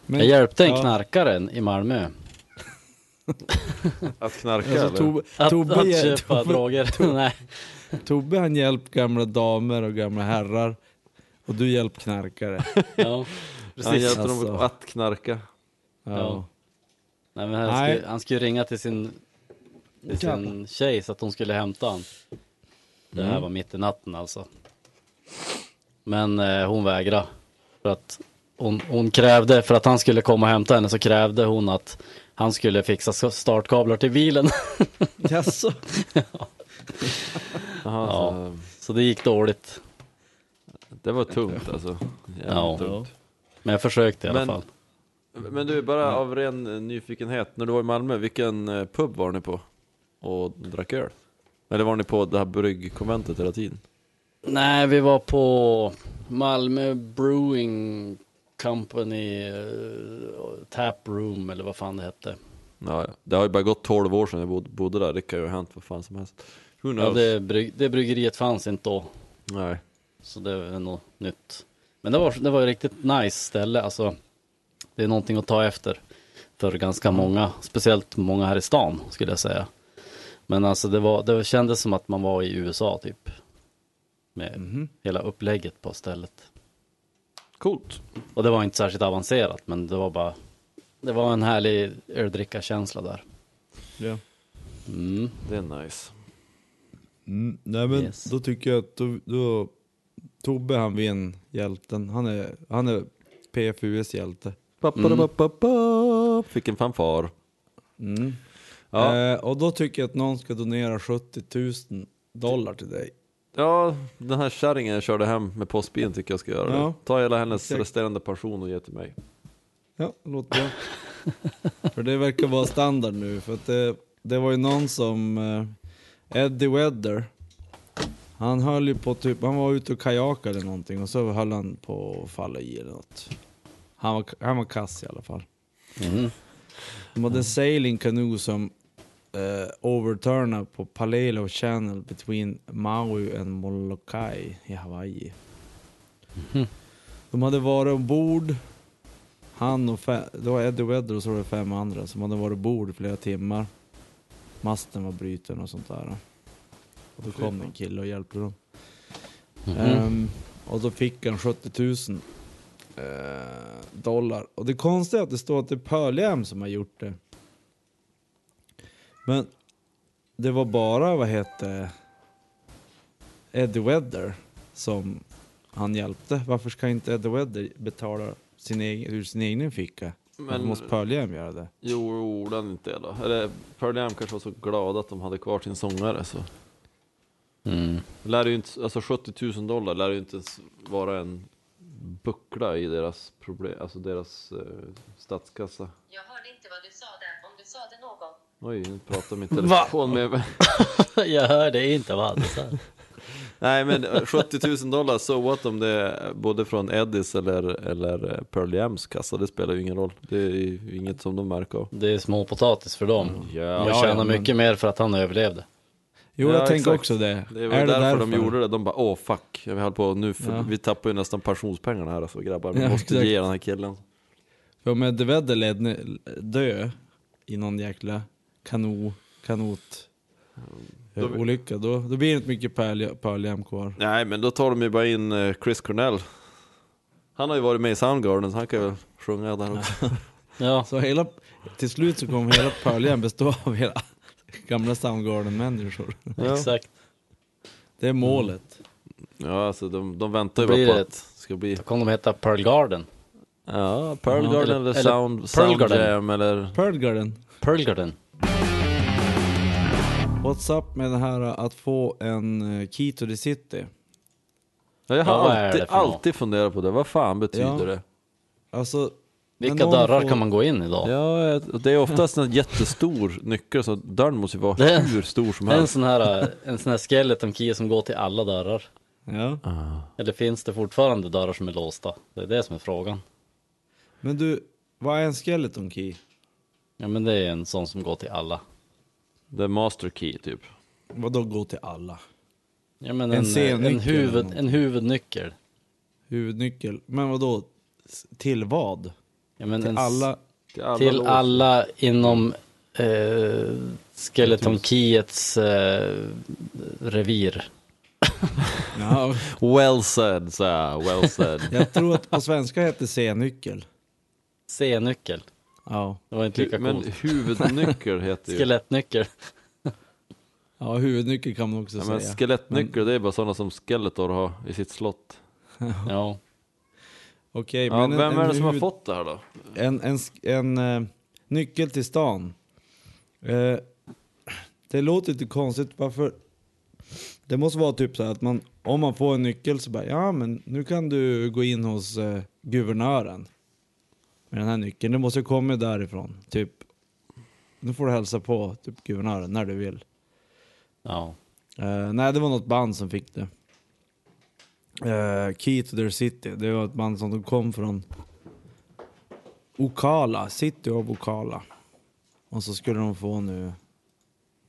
Speaker 1: Men,
Speaker 3: Jag hjälpte en
Speaker 1: ja,
Speaker 3: knarkare i Malmö.
Speaker 2: Att knarka
Speaker 1: Alltså,
Speaker 2: eller?
Speaker 1: Tobbe,
Speaker 3: Att,
Speaker 1: Tobbe,
Speaker 3: att köpa
Speaker 1: Tobbe,
Speaker 3: droger. Nej.
Speaker 1: Tobbe han hjälpt gamla damer och gamla herrar. Och du hjälpt knarkare.
Speaker 3: Ja.
Speaker 2: Han hjälpte
Speaker 1: Alltså.
Speaker 2: dem att knarka.
Speaker 1: Ja.
Speaker 3: Ja. Nej, men han,
Speaker 1: Nej.
Speaker 3: Skulle, han skulle ringa till sin till sin tjej så att hon skulle hämta han. Det här var mitt i natten alltså. Men eh, hon vägrade. För att hon, hon krävde, för att han skulle komma och hämta henne så krävde hon att han skulle fixa s- startkablar till bilen.
Speaker 1: Jaså?
Speaker 2: Jaha,
Speaker 3: Ja.
Speaker 2: så,
Speaker 3: så det gick dåligt.
Speaker 2: det var tungt alltså. Jävligt
Speaker 3: Ja.
Speaker 2: tungt.
Speaker 3: Men jag försökte i alla
Speaker 2: Men-
Speaker 3: fall.
Speaker 2: Men du, bara av ren eh, nyfikenhet, när du var i Malmö, vilken eh, pub var ni på? Och drack öl? Eller var ni på det här bryggkonventet hela tiden?
Speaker 3: Nej, vi var på Malmö Brewing Company eh, Tap Room eller vad fan det hette.
Speaker 2: Ja, ja. det har ju bara gått 12 år sedan jag bod- bodde där, det kan ju ha hänt vad fan som helst. Who knows?
Speaker 3: Ja, det, bryg- det bryggeriet fanns inte då.
Speaker 2: Nej.
Speaker 3: Så det är något nytt. Men det var, det var ett riktigt nice ställe. Alltså, det är någonting att ta efter för ganska många. Speciellt många här i stan skulle jag säga. Men alltså det, var, det kändes som att man var i USA typ. Med
Speaker 1: Mhm.
Speaker 3: hela upplägget på stället.
Speaker 2: Coolt.
Speaker 3: Och det var inte särskilt avancerat men det var bara Det var en härlig öldrickarkänsla där.
Speaker 1: Ja.
Speaker 3: Mm.
Speaker 2: Det är nice.
Speaker 1: Mm, nej men
Speaker 3: Yes.
Speaker 1: då tycker jag att då, då, Tobbe han vinn hjälten. Han är, han är PFUs hjälte.
Speaker 2: Ba-ba-da-ba-ba-ba. Mm. Fick en fanfar.
Speaker 1: Mm.
Speaker 2: Ja.
Speaker 1: Eh, och då tycker jag att någon ska donera 70 000 dollar till dig.
Speaker 2: ja, den här kärringen jag körde hem med postbilen tycker jag ska göra det.
Speaker 1: Ja.
Speaker 2: Ta hela hennes
Speaker 1: Exakt.
Speaker 2: resterande pension och ge till mig.
Speaker 1: Ja, låt bra. för det verkar vara standard nu. För att det, det var ju någon som, eh, Eddie Wedder, han höll ju på typ, han var ute och kajakade eller någonting och så höll han på att falla i eller något. Han var, han var kass i alla fall.
Speaker 3: Mm.
Speaker 1: De hade en sailing canoe som uh, overturnade på Palelo Channel between Maui and Molokai i Hawaii. De hade varit ombord, han och fe- det var Eddie Wedder och så var det fem andra som hade varit ombord i flera timmar. Masten var bruten och sånt där. Och då kom en kille och hjälpte dem. Ehm, och då fick han 70 000 eh, dollar. Och det konstiga är att det står att det är Pearl Jam som har gjort det. Men det var bara, vad hette Eddie Wedder som han hjälpte. Varför ska inte Eddie Wedder betala sin egen, ur sin egen ficka? Varför
Speaker 2: Men-
Speaker 1: måste Pearl Jam göra det?
Speaker 2: Jo, gjorde han inte det då? Eller Pearl Jam kanske var så glada att de hade kvar sin sångare så.
Speaker 3: Mm.
Speaker 2: Lär ju inte, alltså 70 000 dollar lär ju inte ens vara en buckla i deras problem, alltså deras eh, statskassa.
Speaker 4: Jag hörde inte vad du sa där, om du sa det någon.
Speaker 2: Oj, nu pratar min telefon med
Speaker 3: jag hörde inte vad han sa.
Speaker 2: Nej men eh, 70 000 dollar, so what om det är både från Eddies eller, eller eh, Pearl Jams kassa, det spelar ju ingen roll. Det är ju inget som de märker av.
Speaker 3: Det är småpotatis för dem.
Speaker 2: Ja,
Speaker 3: Jag
Speaker 1: ja,
Speaker 3: tjänar
Speaker 1: men-
Speaker 3: mycket mer för att han överlevde.
Speaker 1: Jo,
Speaker 2: Ja,
Speaker 1: jag tänker
Speaker 2: exakt.
Speaker 1: också det.
Speaker 2: Det var
Speaker 1: Är
Speaker 2: ju
Speaker 1: det
Speaker 2: därför, de gjorde det, de bara åh fuck, vi, höll på, nu för,
Speaker 1: Ja.
Speaker 2: vi tappar ju nästan pensionspengarna här alltså grabbar, vi
Speaker 1: Ja,
Speaker 2: måste
Speaker 1: exakt.
Speaker 2: ge den här killen.
Speaker 1: För om Eddie Vedder led ne- dö i någon jäkla kano, kanot eh,
Speaker 2: Då vi-
Speaker 1: olycka, då, då blir det inte mycket Pearl Pearl Jam kvar.
Speaker 2: Nej men då tar de ju bara in eh, Chris Cornell. Han har ju varit med i Soundgarden så han kan ju sjunga där också.
Speaker 3: Ja,
Speaker 1: Så hela, till slut så kommer hela Pearl Jam bestå av hela gamla Soundgarden-människor.
Speaker 2: Ja,
Speaker 3: exakt.
Speaker 1: Det är målet.
Speaker 2: ja alltså de, de väntar ju
Speaker 3: Då blir
Speaker 2: bara på
Speaker 3: det
Speaker 2: att det ska bli
Speaker 3: Då kommer de heta Pearl Garden.
Speaker 2: ja, Pearl
Speaker 1: Ja.
Speaker 2: Garden
Speaker 3: Eller-
Speaker 2: eller,
Speaker 3: eller
Speaker 2: Sound,
Speaker 3: Pearl
Speaker 2: Sound
Speaker 3: Garden.
Speaker 2: Jam eller
Speaker 1: Pearl Garden,
Speaker 3: Pearl Garden.
Speaker 1: what's up med det här eh, att få en eh, key to the city?
Speaker 2: Ja, jag har
Speaker 3: Ja, vad är
Speaker 2: alltid,
Speaker 3: det för något?
Speaker 2: alltid funderat på det, vad fan betyder
Speaker 1: Ja.
Speaker 2: det?
Speaker 1: Alltså, när
Speaker 3: Vilka
Speaker 1: någon
Speaker 3: dörrar
Speaker 1: får-
Speaker 3: kan man gå in i då?
Speaker 2: Ja, eh, det är oftast en jättestor nyckel så dörren måste ju vara
Speaker 3: Det är-
Speaker 2: hur stor som
Speaker 3: Det är en
Speaker 2: helst.
Speaker 3: sån här, eh, en sån här skeleton key som går till alla dörrar.
Speaker 1: Ja.
Speaker 3: Eller finns det fortfarande dörrar som är låsta? Det är det som är frågan.
Speaker 1: Men du, vad är en skeleton key?
Speaker 3: Ja men det är en sån som går till alla.
Speaker 2: The master key typ.
Speaker 1: Vadå gå till alla?
Speaker 3: Ja, men
Speaker 1: En
Speaker 3: en, eh,
Speaker 1: C-nyckel
Speaker 3: en,
Speaker 1: eller
Speaker 3: huvud,
Speaker 1: någonting.
Speaker 3: en huvudnyckel.
Speaker 1: Huvudnyckel. Men vad då? Till vad?
Speaker 3: Ja, men
Speaker 1: Till
Speaker 3: en, s-
Speaker 1: alla?
Speaker 2: Till alla
Speaker 3: till
Speaker 2: lås.
Speaker 3: alla inom eh, skeleton keyets eh, revir.
Speaker 1: Ja,
Speaker 2: Well said, så här, well said.
Speaker 1: jag tror att på svenska heter C-nyckel.
Speaker 3: C-nyckel.
Speaker 1: Ja.
Speaker 3: Det var inte lika
Speaker 2: Men
Speaker 3: coolt.
Speaker 1: Typ.
Speaker 2: huvudnyckel heter ju...
Speaker 3: Skelettnyckel.
Speaker 1: Ja, huvudnyckel kan man också
Speaker 2: Ja, men
Speaker 1: säga.
Speaker 2: skelettnyckel, det är bara sådana som Skeletor har i sitt slott.
Speaker 3: Ja.
Speaker 1: Okej,
Speaker 2: Ja,
Speaker 1: men en,
Speaker 2: vem
Speaker 1: en,
Speaker 2: är det som har
Speaker 1: huvud-
Speaker 2: fått det här då?
Speaker 1: En, en, sk- en eh, nyckel till stan. Eh, det låter lite konstigt. Varför? Det måste vara typ så här att man, om man får en nyckel så bara ja men nu kan du gå in hos eh, guvernören. Med den här nyckeln. Du måste komma därifrån. Typ. Nu får du hälsa på typ guvernören när du vill.
Speaker 3: Ja.
Speaker 1: Eh, nej, det var något band som fick det. Eh, Key to their city. Det var ett band som kom från Okala, City of Okala. Och så skulle de få nu...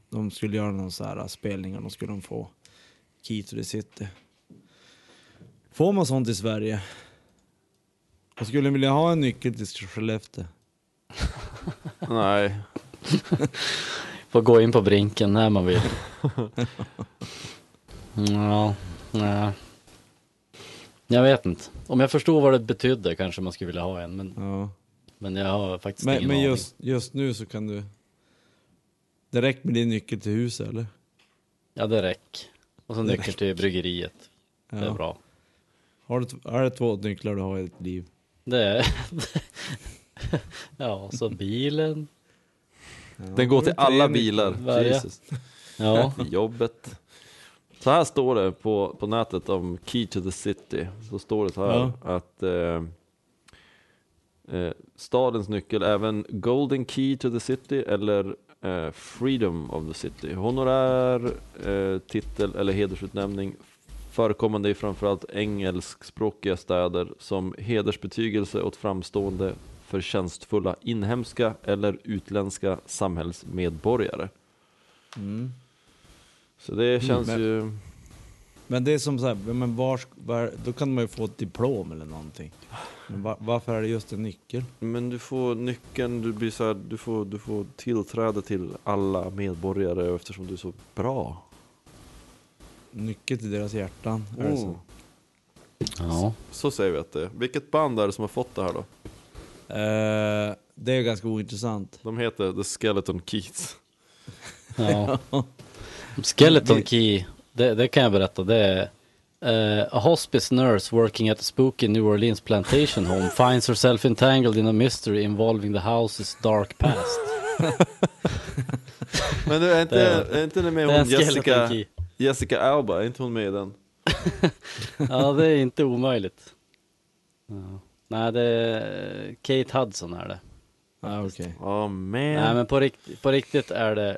Speaker 1: De skulle göra någon så här spelning och då skulle de få Key to the city. Får man sånt i Sverige? Jag skulle vilja ha en nyckel till Skellefteå.
Speaker 2: Nej,
Speaker 3: Får gå in på brinken när man vill. ja, nej. Jag vet inte. Om jag förstod vad det betydde kanske man skulle vilja ha en, men,
Speaker 1: Ja.
Speaker 3: men jag har faktiskt
Speaker 1: Men,
Speaker 3: ingen
Speaker 1: men
Speaker 3: aning.
Speaker 1: just, just nu så kan du... Det räcker med din nyckel till huset, eller?
Speaker 3: Ja, det räcker. Och så nyckel till bryggeriet. Det är
Speaker 1: Ja.
Speaker 3: bra.
Speaker 1: Har du, är det två nycklar du har i ditt liv?
Speaker 3: Det är... ja, så bilen.
Speaker 2: den går till
Speaker 1: Har du tre
Speaker 2: alla
Speaker 1: nycklar?
Speaker 2: bilar.
Speaker 3: Varje.
Speaker 2: Jesus.
Speaker 3: Ja,
Speaker 2: Jobbet. Så här står det på, på nätet om Key to the City. Så står det så här att eh, eh, stadens nyckel, även Golden Key to the City eller eh, Freedom of the City. Honorär, eh, titel eller hedersutnämning förekommande i framförallt engelskspråkiga städer som hedersbetygelse åt framstående förtjänstfulla inhemska eller utländska samhällsmedborgare. Så det känns
Speaker 1: men-
Speaker 2: ju...
Speaker 1: Men det är som så här, men var, var, då kan man ju få ett diplom eller någonting. Men va- varför är det just en nyckel?
Speaker 2: Men du får nyckeln, du, blir så här, du, får, du får tillträde till alla medborgare eftersom du är så bra.
Speaker 1: Nyckel till deras hjärtan? Är det så?
Speaker 2: Oh.
Speaker 3: ja.
Speaker 2: Så säger vi att det är. Vilket band är det som har fått det här då?
Speaker 1: Eh, det är ganska ointressant.
Speaker 2: De heter The Skeleton Keats.
Speaker 3: ja. Skeleton Key, det, det kan jag berätta. Det är eh, a hospice nurse working at a spooky New Orleans plantation home finds herself entangled in a mystery involving the house's dark past.
Speaker 2: Men du, är inte,
Speaker 3: Det är-
Speaker 2: är inte det med
Speaker 3: det är
Speaker 2: hon
Speaker 3: en Skeleton
Speaker 2: Jessica,
Speaker 3: Key.
Speaker 2: Jessica Alba? Är inte hon med i den?
Speaker 3: Ja, det är inte omöjligt. Ja. Nej, det är Kate Hudson är det.
Speaker 1: Ah, okay.
Speaker 2: Ja, man.
Speaker 3: Nej, men på, rikt- på riktigt är det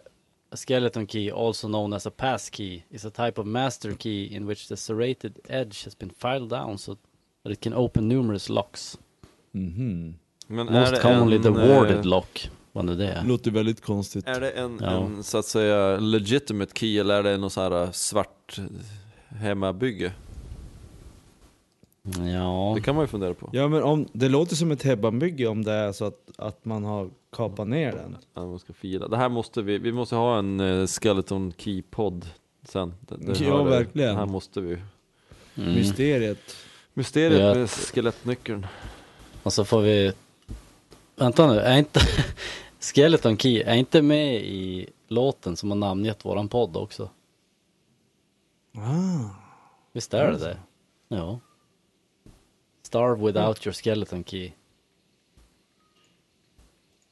Speaker 3: a skeleton key, also known as a pass key, is a type of master key in which the serrated edge has been filed down so that it can open numerous locks.
Speaker 1: Mhm.
Speaker 2: Men är
Speaker 3: Most
Speaker 2: det
Speaker 3: commonly
Speaker 2: en,
Speaker 3: the warded
Speaker 2: eh,
Speaker 3: lock. Vad nu det är.
Speaker 1: Låter väldigt konstigt.
Speaker 2: Är det en,
Speaker 3: Ja.
Speaker 2: en så att säga legitimate key eller är det någon så här eh, svart hemmabygge?
Speaker 3: Ja,
Speaker 2: Det kan man ju fundera på.
Speaker 1: Ja men om, det låter som ett hebbanbygge om det är så att, att man har kapat ner den.
Speaker 2: Ja, man ska fila. Det här måste vi, vi måste ha en eh, Skeleton Key-podd sen. Det, det
Speaker 1: Ja,
Speaker 2: hör det.
Speaker 1: verkligen.
Speaker 2: Det här måste vi.
Speaker 3: mm.
Speaker 1: Mysteriet.
Speaker 2: Mysteriet
Speaker 3: Ja.
Speaker 2: med skelettnyckeln.
Speaker 3: och så får vi... Vänta nu, är inte... skeleton key är inte med i låten som har namngett våran podd också?
Speaker 1: Ah.
Speaker 3: Visst är det
Speaker 2: Mm.
Speaker 3: det? Ja. Starve without your skeleton key.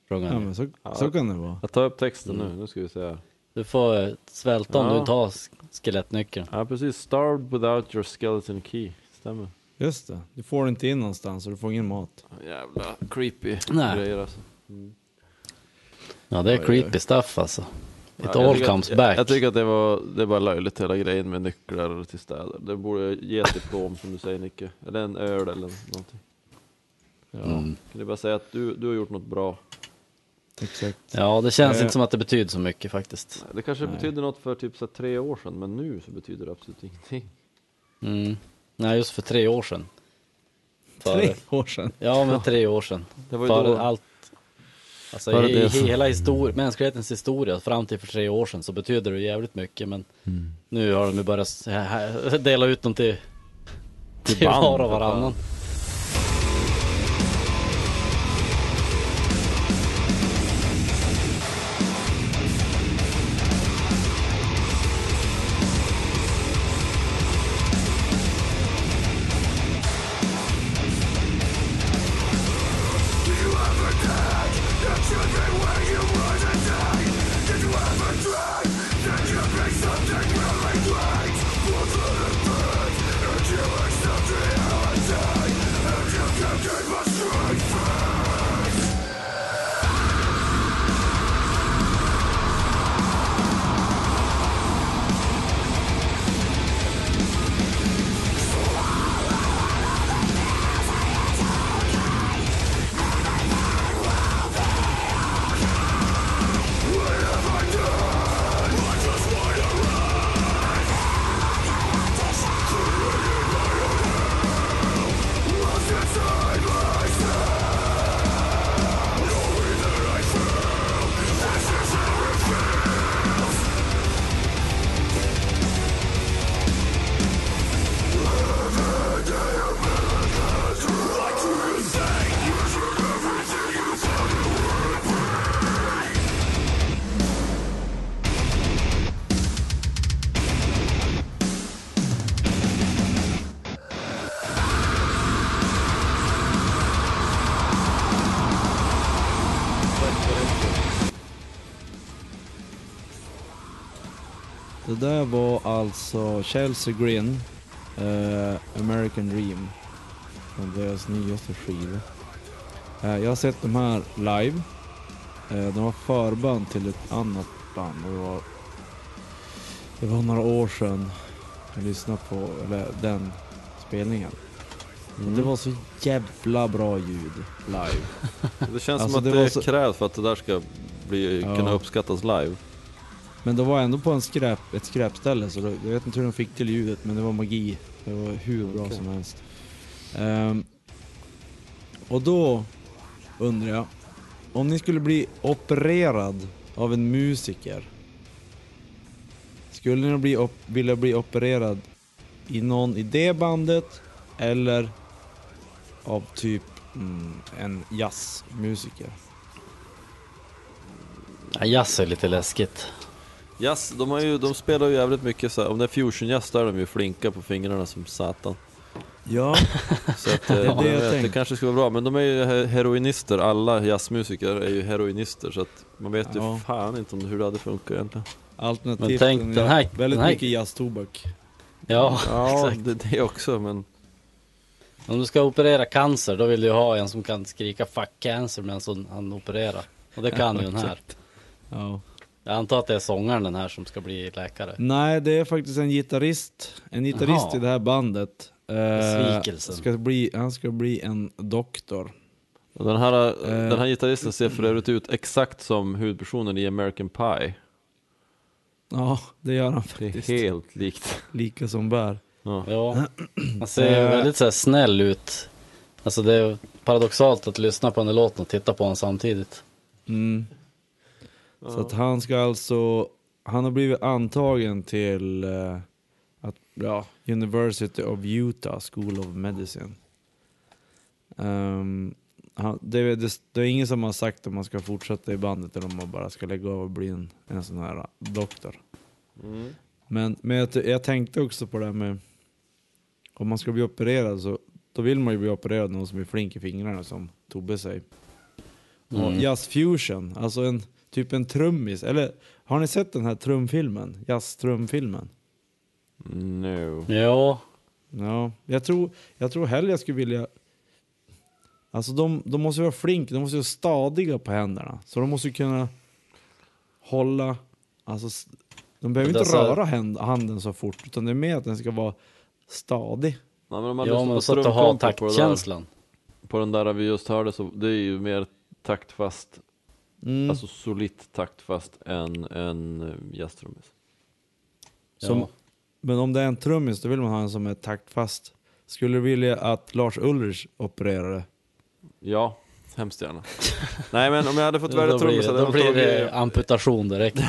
Speaker 3: Sjunger
Speaker 1: Ja
Speaker 3: han.
Speaker 1: men så, så kan det vara.
Speaker 2: Jag tar upp texten nu,
Speaker 3: Mm.
Speaker 2: nu ska vi se här.
Speaker 3: Du får eh, svälta om
Speaker 2: Ja.
Speaker 3: du tar sk- skelettnyckeln.
Speaker 2: Ja precis, starved without your skeleton key. Stämmer.
Speaker 1: Just det. Du får inte in någonstans och du får ingen mat.
Speaker 2: Jävla creepy
Speaker 3: Nej.
Speaker 2: grejer alltså.
Speaker 3: Ja, det är creepy stuff alltså. It all
Speaker 2: tycker
Speaker 3: comes
Speaker 2: att,
Speaker 3: back.
Speaker 2: Jag, jag tycker att det var, det var löjligt hela grejen med nycklar till städer. Det borde ge ett diplom som du säger Nicke. Eller en öl eller någonting. Ja.
Speaker 3: Mm.
Speaker 2: Kan du bara säga att du, du har gjort något bra.
Speaker 1: Exakt.
Speaker 3: Ja, det känns
Speaker 1: Eh.
Speaker 3: inte som att det betyder så mycket faktiskt.
Speaker 2: Det kanske betydde något för typ så här tre år sedan, men nu så betyder det absolut ingenting.
Speaker 3: Mm. Nej, just för tre år sedan. För,
Speaker 1: Tre år sedan.
Speaker 3: Ja, men tre år sedan.
Speaker 2: Det var ju
Speaker 3: för
Speaker 2: då-
Speaker 3: allt. Alltså
Speaker 2: Före
Speaker 3: i,
Speaker 2: det
Speaker 3: i
Speaker 2: så-
Speaker 3: hela histori- mänsklighetens historia fram till för tre år sedan så betyder det jävligt mycket men
Speaker 2: Mm.
Speaker 3: nu har de ju börjat s- här- dela ut dem till, till
Speaker 2: band,
Speaker 3: var och
Speaker 2: för fan.
Speaker 3: varannan.
Speaker 1: det där var alltså Chelsea Grin, eh, American Dream, från deras nyaste skiva. Eh, jag har sett de här live. Eh, de var förband till ett annat band och det var, det var några år sedan jag lyssnade på eller, den spelningen. Och det var så jävla bra ljud live.
Speaker 2: Det känns
Speaker 1: Alltså,
Speaker 2: som
Speaker 1: det
Speaker 2: att
Speaker 1: var
Speaker 2: det,
Speaker 1: så-
Speaker 2: krävs för att det där ska bli,
Speaker 1: Ja.
Speaker 2: kunna uppskattas live.
Speaker 1: Men det var ändå på en skräp, ett skräpställe så det, jag vet inte hur de fick till ljudet men det var magi. Det var hur bra
Speaker 2: Okej.
Speaker 1: som helst. Ehm, och då undrar jag, om ni skulle bli opererad av en musiker. Skulle ni bli op- vilja bli opererad i någon i det bandet eller av typ mm, en jazzmusiker?
Speaker 3: Ja, jazz är lite läskigt.
Speaker 2: Jazz, de, har ju, de spelar ju jävligt mycket så här, om det är fusionjazz där är de ju flinka på fingrarna som satan.
Speaker 1: Ja,
Speaker 2: Så att, eh,
Speaker 1: är det
Speaker 2: jag
Speaker 1: jag
Speaker 2: vet, det
Speaker 1: tänkt.
Speaker 2: kanske skulle vara bra, men de är ju he- heroinister, alla jazzmusiker är ju heroinister så att man vet ju
Speaker 1: Ja.
Speaker 2: fan inte om hur det hade funkat egentligen.
Speaker 1: alternativt
Speaker 3: Men tänk,
Speaker 1: en-
Speaker 3: den här-
Speaker 1: väldigt
Speaker 3: den här-
Speaker 1: mycket jazztobak.
Speaker 3: Ja,
Speaker 2: Ja,
Speaker 3: exakt.
Speaker 2: det, det också men
Speaker 3: Om du ska operera cancer, då vill du ju ha en som kan skrika 'fuck cancer' medan som han opererar. Och det kan ju den här.
Speaker 1: Ja.
Speaker 3: Jag antar att det är sångaren den här som ska bli läkare.
Speaker 1: Nej, det är faktiskt en gitarrist. En gitarrist
Speaker 3: Jaha.
Speaker 1: i det här bandet. Eh,
Speaker 3: Besvikelsen.
Speaker 1: ska bli, han ska bli en doktor.
Speaker 2: Och Den här,
Speaker 1: Eh.
Speaker 2: den här gitarristen ser för övrigt ut exakt som huvudpersonen i American Pie.
Speaker 1: Ja, det gör han
Speaker 2: Det är
Speaker 1: faktiskt.
Speaker 2: helt likt.
Speaker 1: Lika som bär.
Speaker 2: Ja.
Speaker 3: Ja, han ser ju väldigt så här snäll ut. Alltså det är paradoxalt att lyssna på den här låten och titta på honom samtidigt.
Speaker 1: Mm. Så att han ska alltså... Han har blivit antagen till eh, att, ja, University of Utah School of Medicine. Ehm, han, det, är- det, det är ingen som har sagt om man ska fortsätta i bandet eller om man bara ska lägga av och bli en, en sån här eh, doktor. Men, men jag, jag tänkte också på det här med om man ska bli opererad så då vill man ju bli opererad av någon som är flink i fingrarna som Tobbe säger. Och
Speaker 3: Mm.
Speaker 1: Jazz fusion, alltså en, typ en trummis. Eller har ni sett den här trumfilmen? Jazz-trumfilmen?
Speaker 2: No.
Speaker 3: Ja,
Speaker 1: Ja, jag tror, jag tror hellre jag skulle vilja... Alltså de, de måste ju vara flinka, de måste ju vara stadiga på händerna. Så de måste ju kunna hålla... Alltså, s- de behöver
Speaker 3: Men
Speaker 1: inte
Speaker 3: dessa-
Speaker 1: röra händ, handen så fort, utan det är mer att den ska vara stadig.
Speaker 2: Nej, men om man
Speaker 3: ja
Speaker 2: lyssnar
Speaker 3: men
Speaker 2: på
Speaker 3: så att du har
Speaker 2: trumkompo på det där-
Speaker 3: taktkänslan.
Speaker 2: På den där vi just hörde så det är ju mer taktfast,
Speaker 1: Mm.
Speaker 2: alltså solitt taktfast än en jazztrummis.
Speaker 1: Som,
Speaker 3: Ja.
Speaker 1: Men om det är en trummis, då vill man ha en som är taktfast. Skulle du vilja att Lars Ulrich opererade?
Speaker 2: Ja, hemskt gärna. Nej men om jag hade fått välja
Speaker 3: Då blir,
Speaker 2: trummis
Speaker 3: det-
Speaker 2: hade
Speaker 3: då
Speaker 2: jag
Speaker 3: blir
Speaker 2: tagit,
Speaker 3: det amputation direkt.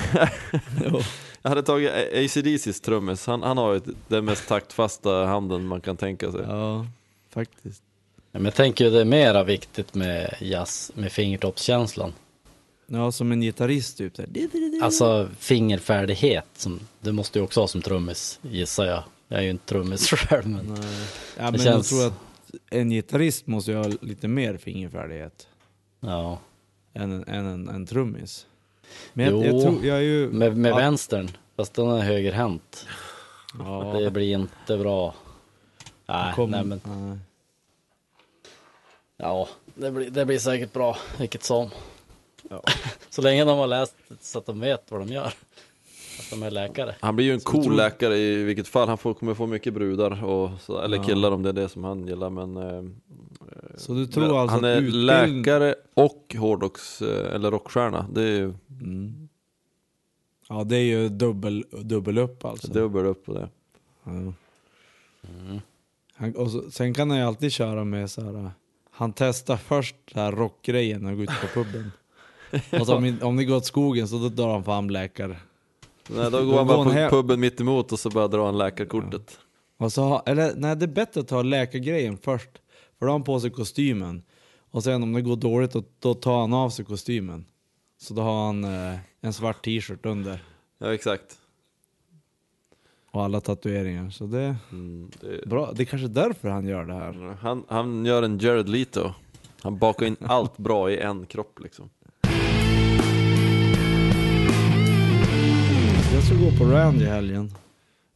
Speaker 2: jag hade tagit ACDC's trummis. Han, han har ju den mest taktfasta handen man kan tänka sig.
Speaker 1: Ja, faktiskt.
Speaker 3: Ja, Men jag tänker ju det är mera viktigt med jazz, med fingertoppskänslan.
Speaker 1: Ja, som en gitarrist typ. Så här.
Speaker 3: Alltså fingerfärdighet, som, det måste ju också ha som trummis gissar jag. Jag är ju inte trummis själv men.
Speaker 1: Ja, men
Speaker 3: Det
Speaker 1: jag
Speaker 3: känns-
Speaker 1: tror att en gitarrist måste ju ha lite mer fingerfärdighet
Speaker 3: Ja.
Speaker 1: än en, än en, en trummis. Men jag,
Speaker 3: Jo.
Speaker 1: jag tror, jag är ju...
Speaker 3: Med, med
Speaker 1: ja,
Speaker 3: vänstern, fast den är högerhänt. Det
Speaker 1: Ja,
Speaker 3: blir inte bra. Nej,
Speaker 1: kom,
Speaker 3: nej men
Speaker 1: nej.
Speaker 3: ja, det blir, det blir säkert bra, vilket som. Så länge de har läst så att de vet vad de gör. Att de är läkare.
Speaker 2: Han blir ju en cool
Speaker 1: tror-
Speaker 2: läkare i vilket fall. Han får, kommer få mycket brudar, och, så, eller killar om det är det som han gillar. Men, eh,
Speaker 1: Så du tror alltså
Speaker 2: han är
Speaker 1: att utbildning...
Speaker 2: läkare och hårdrocks, eh, eller rockstjärna. Det är ju
Speaker 1: Mm. Ja, det är ju dubbel, dubbel upp alltså.
Speaker 2: dubbel upp på det.
Speaker 1: Ja.
Speaker 3: Mm.
Speaker 1: Han, och så, sen kan han ju alltid köra med så här. Han testar först så här rockgrejen när han går ut på puben. Och så om, om det går åt skogen så då drar han fram läkare.
Speaker 2: Nej, då
Speaker 1: Då
Speaker 2: går han bara
Speaker 1: går
Speaker 2: på
Speaker 1: han hem.
Speaker 2: puben mitt emot och så bara drar han läkarkortet.
Speaker 1: Och så ha, eller nej, det är bättre att ta läkargrejen först. För då har han på sig kostymen. Och sen om det går dåligt då, då tar han av sig kostymen. Så då har han eh, en svart t-shirt under.
Speaker 2: Ja, exakt.
Speaker 1: Och alla tatueringar. Så det är
Speaker 2: Mm, det,
Speaker 1: bra. Det är kanske därför han gör det här.
Speaker 2: han, han gör en Jared Leto. Han bakar in allt bra i en kropp liksom.
Speaker 1: Jag måste gå på Rand i helgen.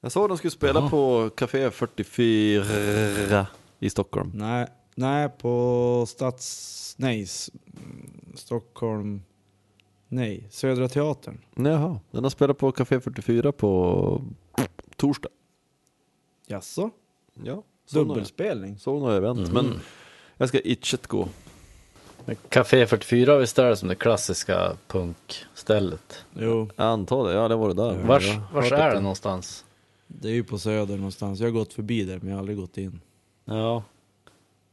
Speaker 2: Jag såg de skulle spela
Speaker 3: Ja.
Speaker 2: på Café 44 i Stockholm.
Speaker 1: Nej, nej på Stads... Nej, S- Stockholm... Nej, Södra Teatern.
Speaker 2: Jaha, den har spelat på Café 44 på torsdag.
Speaker 1: Jaså?
Speaker 2: Ja, såg några,
Speaker 1: Dubbelspelning?
Speaker 2: såg några event.
Speaker 1: Mm.
Speaker 2: Men jag ska itchet gå.
Speaker 3: Men Café 44 visst är det som det klassiska punkstället?
Speaker 1: Jo,
Speaker 2: Jag antar det, ja det var det där.
Speaker 3: Vars,
Speaker 2: Ja.
Speaker 3: vars är det någonstans?
Speaker 1: det är ju på Söder någonstans. Jag har gått förbi där men jag har aldrig gått in.
Speaker 3: Ja.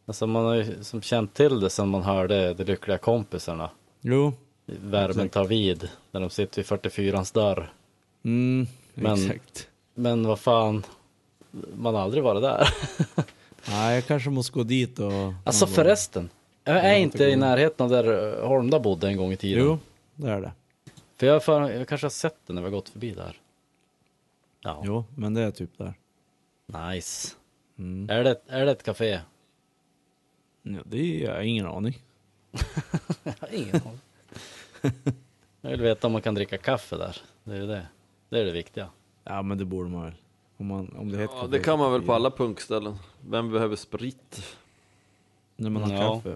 Speaker 3: Alltså man har ju som känt till det sen man hörde De Lyckliga Kompisarna.
Speaker 1: Jo,
Speaker 3: Värmen
Speaker 1: Exakt.
Speaker 3: tar vid när de sitter vid 44ans dörr.
Speaker 1: mm,
Speaker 3: Men-
Speaker 1: exakt.
Speaker 3: Men vad fan, man har aldrig varit där.
Speaker 1: Nej, jag kanske måste gå dit och...
Speaker 3: Alltså
Speaker 1: någon gång.
Speaker 3: förresten, jag är inte i
Speaker 1: god.
Speaker 3: närheten av där Holmda bodde en gång i tiden.
Speaker 1: Jo, det är det.
Speaker 3: För jag, har för jag kanske har sett den när vi har gått förbi där. Ja,
Speaker 1: Jo, men det är typ där.
Speaker 3: nice.
Speaker 1: Mm.
Speaker 3: Är det, är det ett café?
Speaker 1: Ja, det är jag har ingen aning.
Speaker 3: Jag har ingen aning. Jag vill veta om man kan dricka kaffe där. Det är ju det. Det är det viktiga.
Speaker 1: Ja, men det borde man väl. Om, man, om det heter
Speaker 2: Ja, det
Speaker 1: Café
Speaker 2: kan man väl på
Speaker 1: 44.
Speaker 2: alla punkställen. Vem behöver sprit?
Speaker 1: När man har
Speaker 3: Ja.
Speaker 1: kaffe.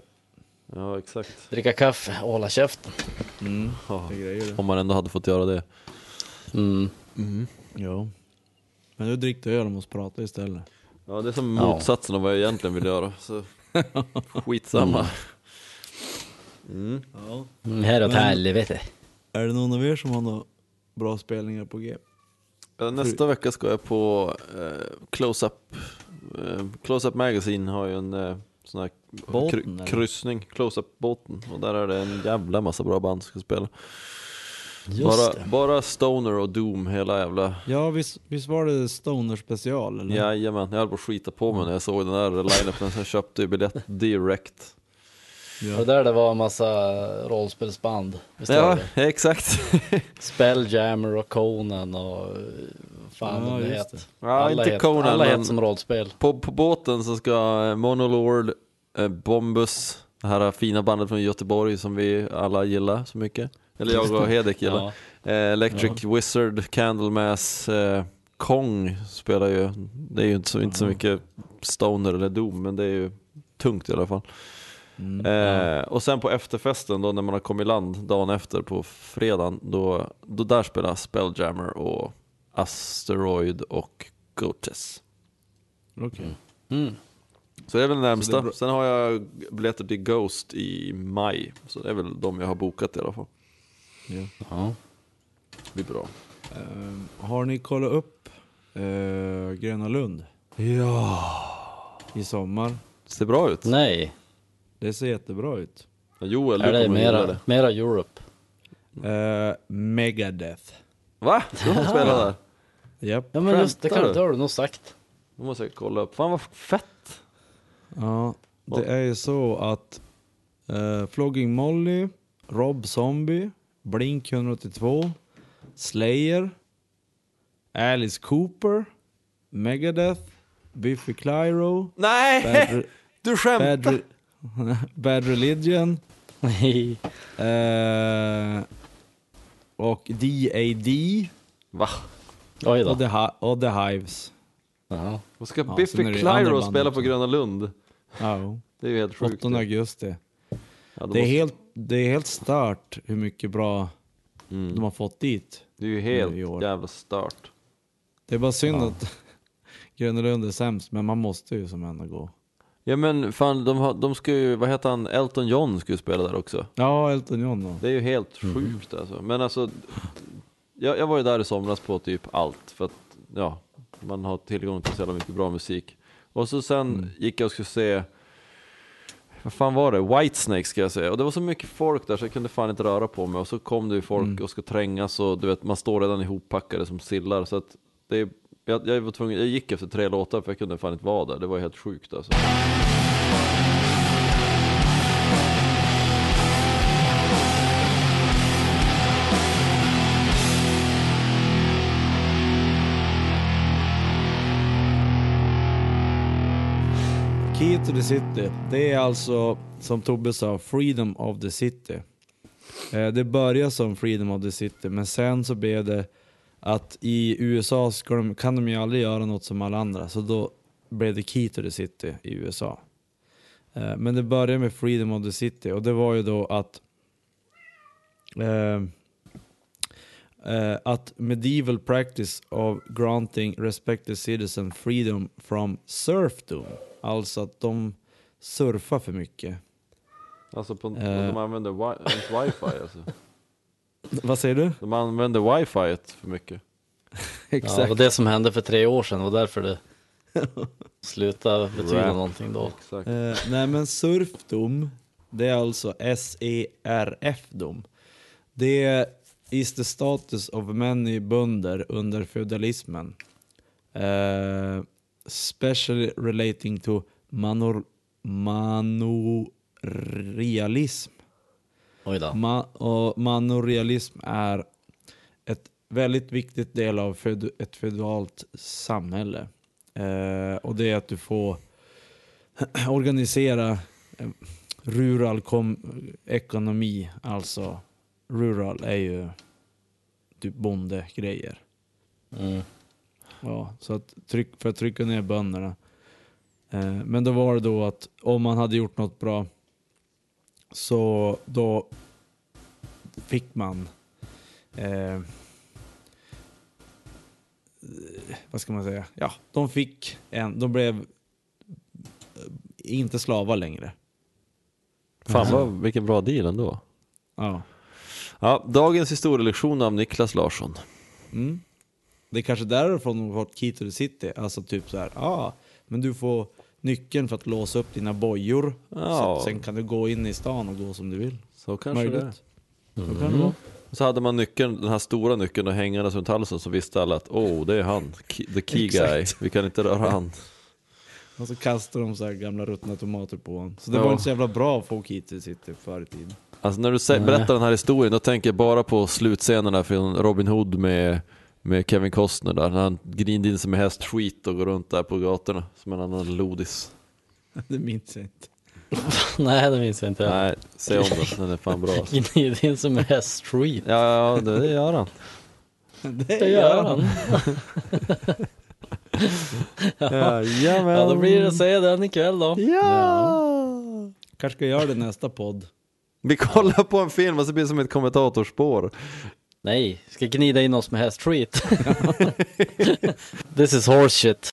Speaker 2: Ja, exakt.
Speaker 3: Dricka kaffe, och hålla käften.
Speaker 1: Mm.
Speaker 2: Ja.
Speaker 1: Det är grejer det.
Speaker 2: Om man ändå hade fått göra det.
Speaker 3: Mm.
Speaker 1: Jo. Men nu drick du öl och måste prata istället.
Speaker 2: Ja, det är som
Speaker 3: Ja.
Speaker 2: motsatsen av vad jag egentligen vill göra. Så skitsamma. Mm.
Speaker 3: Här åt
Speaker 1: Men-
Speaker 3: helvete.
Speaker 1: Är det någon av er som har några bra spelningar på G?
Speaker 2: Eh, Nästa vecka ska jag på eh, Close Up. Eh, Close Up Magazine har ju en eh, sån här
Speaker 1: Båten, eller?
Speaker 2: kryssning, Close Up båten. Och där är det en jävla massa bra band som ska spela.
Speaker 3: Just
Speaker 2: Bara,
Speaker 3: det.
Speaker 2: bara Stoner och Doom hela jävla...
Speaker 1: Ja, visst, visst var det Stoner special? Eller?
Speaker 2: Jajamän, jag höll på att skita på mig när jag såg den där line-upen så jag köpte ju biljett direkt.
Speaker 3: Det där det var en massa rollspelsband. Visst var
Speaker 2: Ja,
Speaker 3: det?
Speaker 2: exakt.
Speaker 3: Spelljammer och Conan och eh, fan
Speaker 1: Ja,
Speaker 3: vad det
Speaker 1: just
Speaker 3: heter.
Speaker 1: det.
Speaker 2: Ja,
Speaker 3: alla
Speaker 2: inte
Speaker 3: het-
Speaker 2: Conan,
Speaker 3: alla heter
Speaker 2: men-
Speaker 3: som rollspel.
Speaker 2: På, på båten så ska eh, Monolord, eh, Bombus, det här fina bandet från Göteborg som vi alla gillar så mycket. Eller jag och Hedek gillar.
Speaker 3: Ja.
Speaker 2: Eh, Electric Wizard, Candlemass, eh, Kong spelar ju. Det är ju inte så, inte så mycket Stoner eller Doom, men det är ju tungt i alla fall.
Speaker 1: Mm.
Speaker 2: Eh, och sen på efterfesten då när man har kommit i land dagen efter på fredagen, då, då där spelar Spelljammer och Asteroid och Gotes.
Speaker 1: Okej.
Speaker 3: Mm.
Speaker 2: Så det är väl det närmsta.
Speaker 1: Så det är bra.
Speaker 2: Sen har jag biljetter till Ghost i maj. Så det är väl de jag har bokat i alla fall.
Speaker 1: Ja.
Speaker 3: Ja.
Speaker 2: Det blir bra.
Speaker 1: Ehm, har ni kollat upp eh, Gröna Lund
Speaker 2: Ja.
Speaker 1: i sommar?
Speaker 2: Ser bra ut.
Speaker 3: Nej,
Speaker 1: Det ser jättebra ut.
Speaker 2: Ja, Joel, du
Speaker 3: är det
Speaker 2: kommer gilla
Speaker 3: mera,
Speaker 2: det.
Speaker 3: mera Europe?
Speaker 1: Eh, Megadeth.
Speaker 2: Va? Ska de spela där?
Speaker 1: Japp.
Speaker 3: Ja men just det,
Speaker 2: Skämtar
Speaker 3: kan,
Speaker 2: du?
Speaker 3: det har du nog sagt.
Speaker 2: Då måste jag kolla upp. Fan vad fett!
Speaker 1: Ja, det är ju så att eh, Flogging Molly, Rob Zombie, Blink 182, Slayer, Alice Cooper, Megadeth, Biffy Clyro,
Speaker 2: Nej!
Speaker 1: Bad-
Speaker 2: Du skämtar?
Speaker 1: Bad, Re- Bad Religion eh, och D.A.D.
Speaker 2: Va?
Speaker 3: Oj då.
Speaker 1: Och the, Hi- och the Hives.
Speaker 3: Ja.
Speaker 2: Och ska
Speaker 1: Ja, sen är
Speaker 2: Biffy
Speaker 1: det ju andra
Speaker 2: Clyro
Speaker 1: band
Speaker 2: spela
Speaker 1: också.
Speaker 2: på Gröna Lund?
Speaker 1: Ja,
Speaker 2: Det är ju helt sjukt.
Speaker 1: 8 augusti.
Speaker 2: Ja, de
Speaker 1: Det är
Speaker 2: måste-
Speaker 1: helt, det är helt stört hur mycket bra
Speaker 2: Mm.
Speaker 1: de har fått dit.
Speaker 2: Det är ju
Speaker 1: i
Speaker 2: helt
Speaker 1: år.
Speaker 2: jävla stört.
Speaker 1: Det är bara synd att Gröna Lund är sämst, men man måste ju som ändå gå.
Speaker 2: Ja men fan, de, har, de ska ju, vad heter han, Elton John ska ju spela där också.
Speaker 1: Ja, Elton John då.
Speaker 2: Det är ju helt sjukt alltså. Men alltså, jag, jag var ju där i somras på typ allt för att ja, man har tillgång till så jävla mycket bra musik. Och så sen gick jag och skulle se, vad fan var det? Whitesnake ska jag säga. Och det var så mycket folk där så jag kunde fan inte röra på mig. Och så kom det ju folk och ska trängas och du vet, man står redan ihoppackade som sillar. Så att det är, jag, jag var tvungen, jag gick efter tre låtar för jag kunde fan inte vara där. Det var helt sjukt alltså.
Speaker 1: Key to the City, det är alltså som Tobbe sa, Freedom of the City. Eh, Det börjar som Freedom of the City, men sen så blev det att i USA ska de, kan de ju aldrig göra något som alla andra, så då blev det Key to the City i USA. Eh, Men det började med Freedom of the City och det var ju då att eh, eh, att medieval practice of granting respected citizen freedom from serfdom, alltså att de surfar för mycket.
Speaker 2: Alltså på,
Speaker 1: Eh.
Speaker 2: de använder wi- ens wifi alltså.
Speaker 1: Vad säger du?
Speaker 2: De använder wifi för mycket.
Speaker 3: Ja, det var det som hände för tre år sedan, det var därför det slutade betyda
Speaker 2: Rap.
Speaker 3: någonting då.
Speaker 2: Exakt.
Speaker 1: Eh, nej men surfdom, det är alltså S-E-R-F-dom. Det is the status of many bönder under feudalismen. Eh, especially relating to manor, manorialism.
Speaker 3: Oj då.
Speaker 2: Mm.
Speaker 1: Ma- och manorialism är ett väldigt viktigt del av feud- ett feudalt samhälle. Eh, och det är att du får organisera eh, rural kom- ekonomi. Alltså, rural är ju typ bondegrejer.
Speaker 3: Mm.
Speaker 1: Ja, så att tryck, för att trycka ner bönderna. Eh, men då var det då att om man hade gjort något bra så då fick man eh, vad ska man säga? Ja, de fick en, de blev eh, inte slavar längre.
Speaker 2: Fan vad, vilken bra deal ändå.
Speaker 1: Ja.
Speaker 2: Ja, dagens historielektion av Niklas Larsson.
Speaker 1: Mm. Det är kanske därifrån de har fått Key to the City. Alltså typ så här, ja, ah, men du får nyckeln för att låsa upp dina bojor.
Speaker 2: Ja.
Speaker 1: Så, sen kan du gå in i stan och gå som du vill.
Speaker 2: Så kanske det.
Speaker 1: Möjligt. Så kan det Mm. vara.
Speaker 2: Så hade man nyckeln, den här stora nyckeln och hängandes runt halsen så visste alla att oh, det är han, Ki- the key guy, vi kan inte röra han.
Speaker 1: Och så kastar de så här gamla ruttna tomater på honom. Så det
Speaker 2: Ja.
Speaker 1: var inte så jävla bra att få Key to the City förr i tiden.
Speaker 2: Alltså när du sä- berättar den här historien, då tänker jag bara på slutscenerna från Robin Hood med, med Kevin Costner där, när han grinder in sig med hästskit och går runt där på gatorna som en annan lodis.
Speaker 1: Det minns jag inte.
Speaker 3: Nej, det minns jag inte.
Speaker 2: Nej, se om den, den är fan bra. alltså.
Speaker 3: Gnid in som är street.
Speaker 2: Ja, ja, det gör han.
Speaker 3: Det gör han.
Speaker 2: Jajamän.
Speaker 3: Ja, då blir det att säga den ikväll då.
Speaker 2: Ja!
Speaker 1: Kanske ska jag göra det i nästa podd.
Speaker 2: Vi kollar på en film och så blir det som ett kommentatorspår.
Speaker 3: Nej, ska gnida in oss med hästskit. This is horse shit.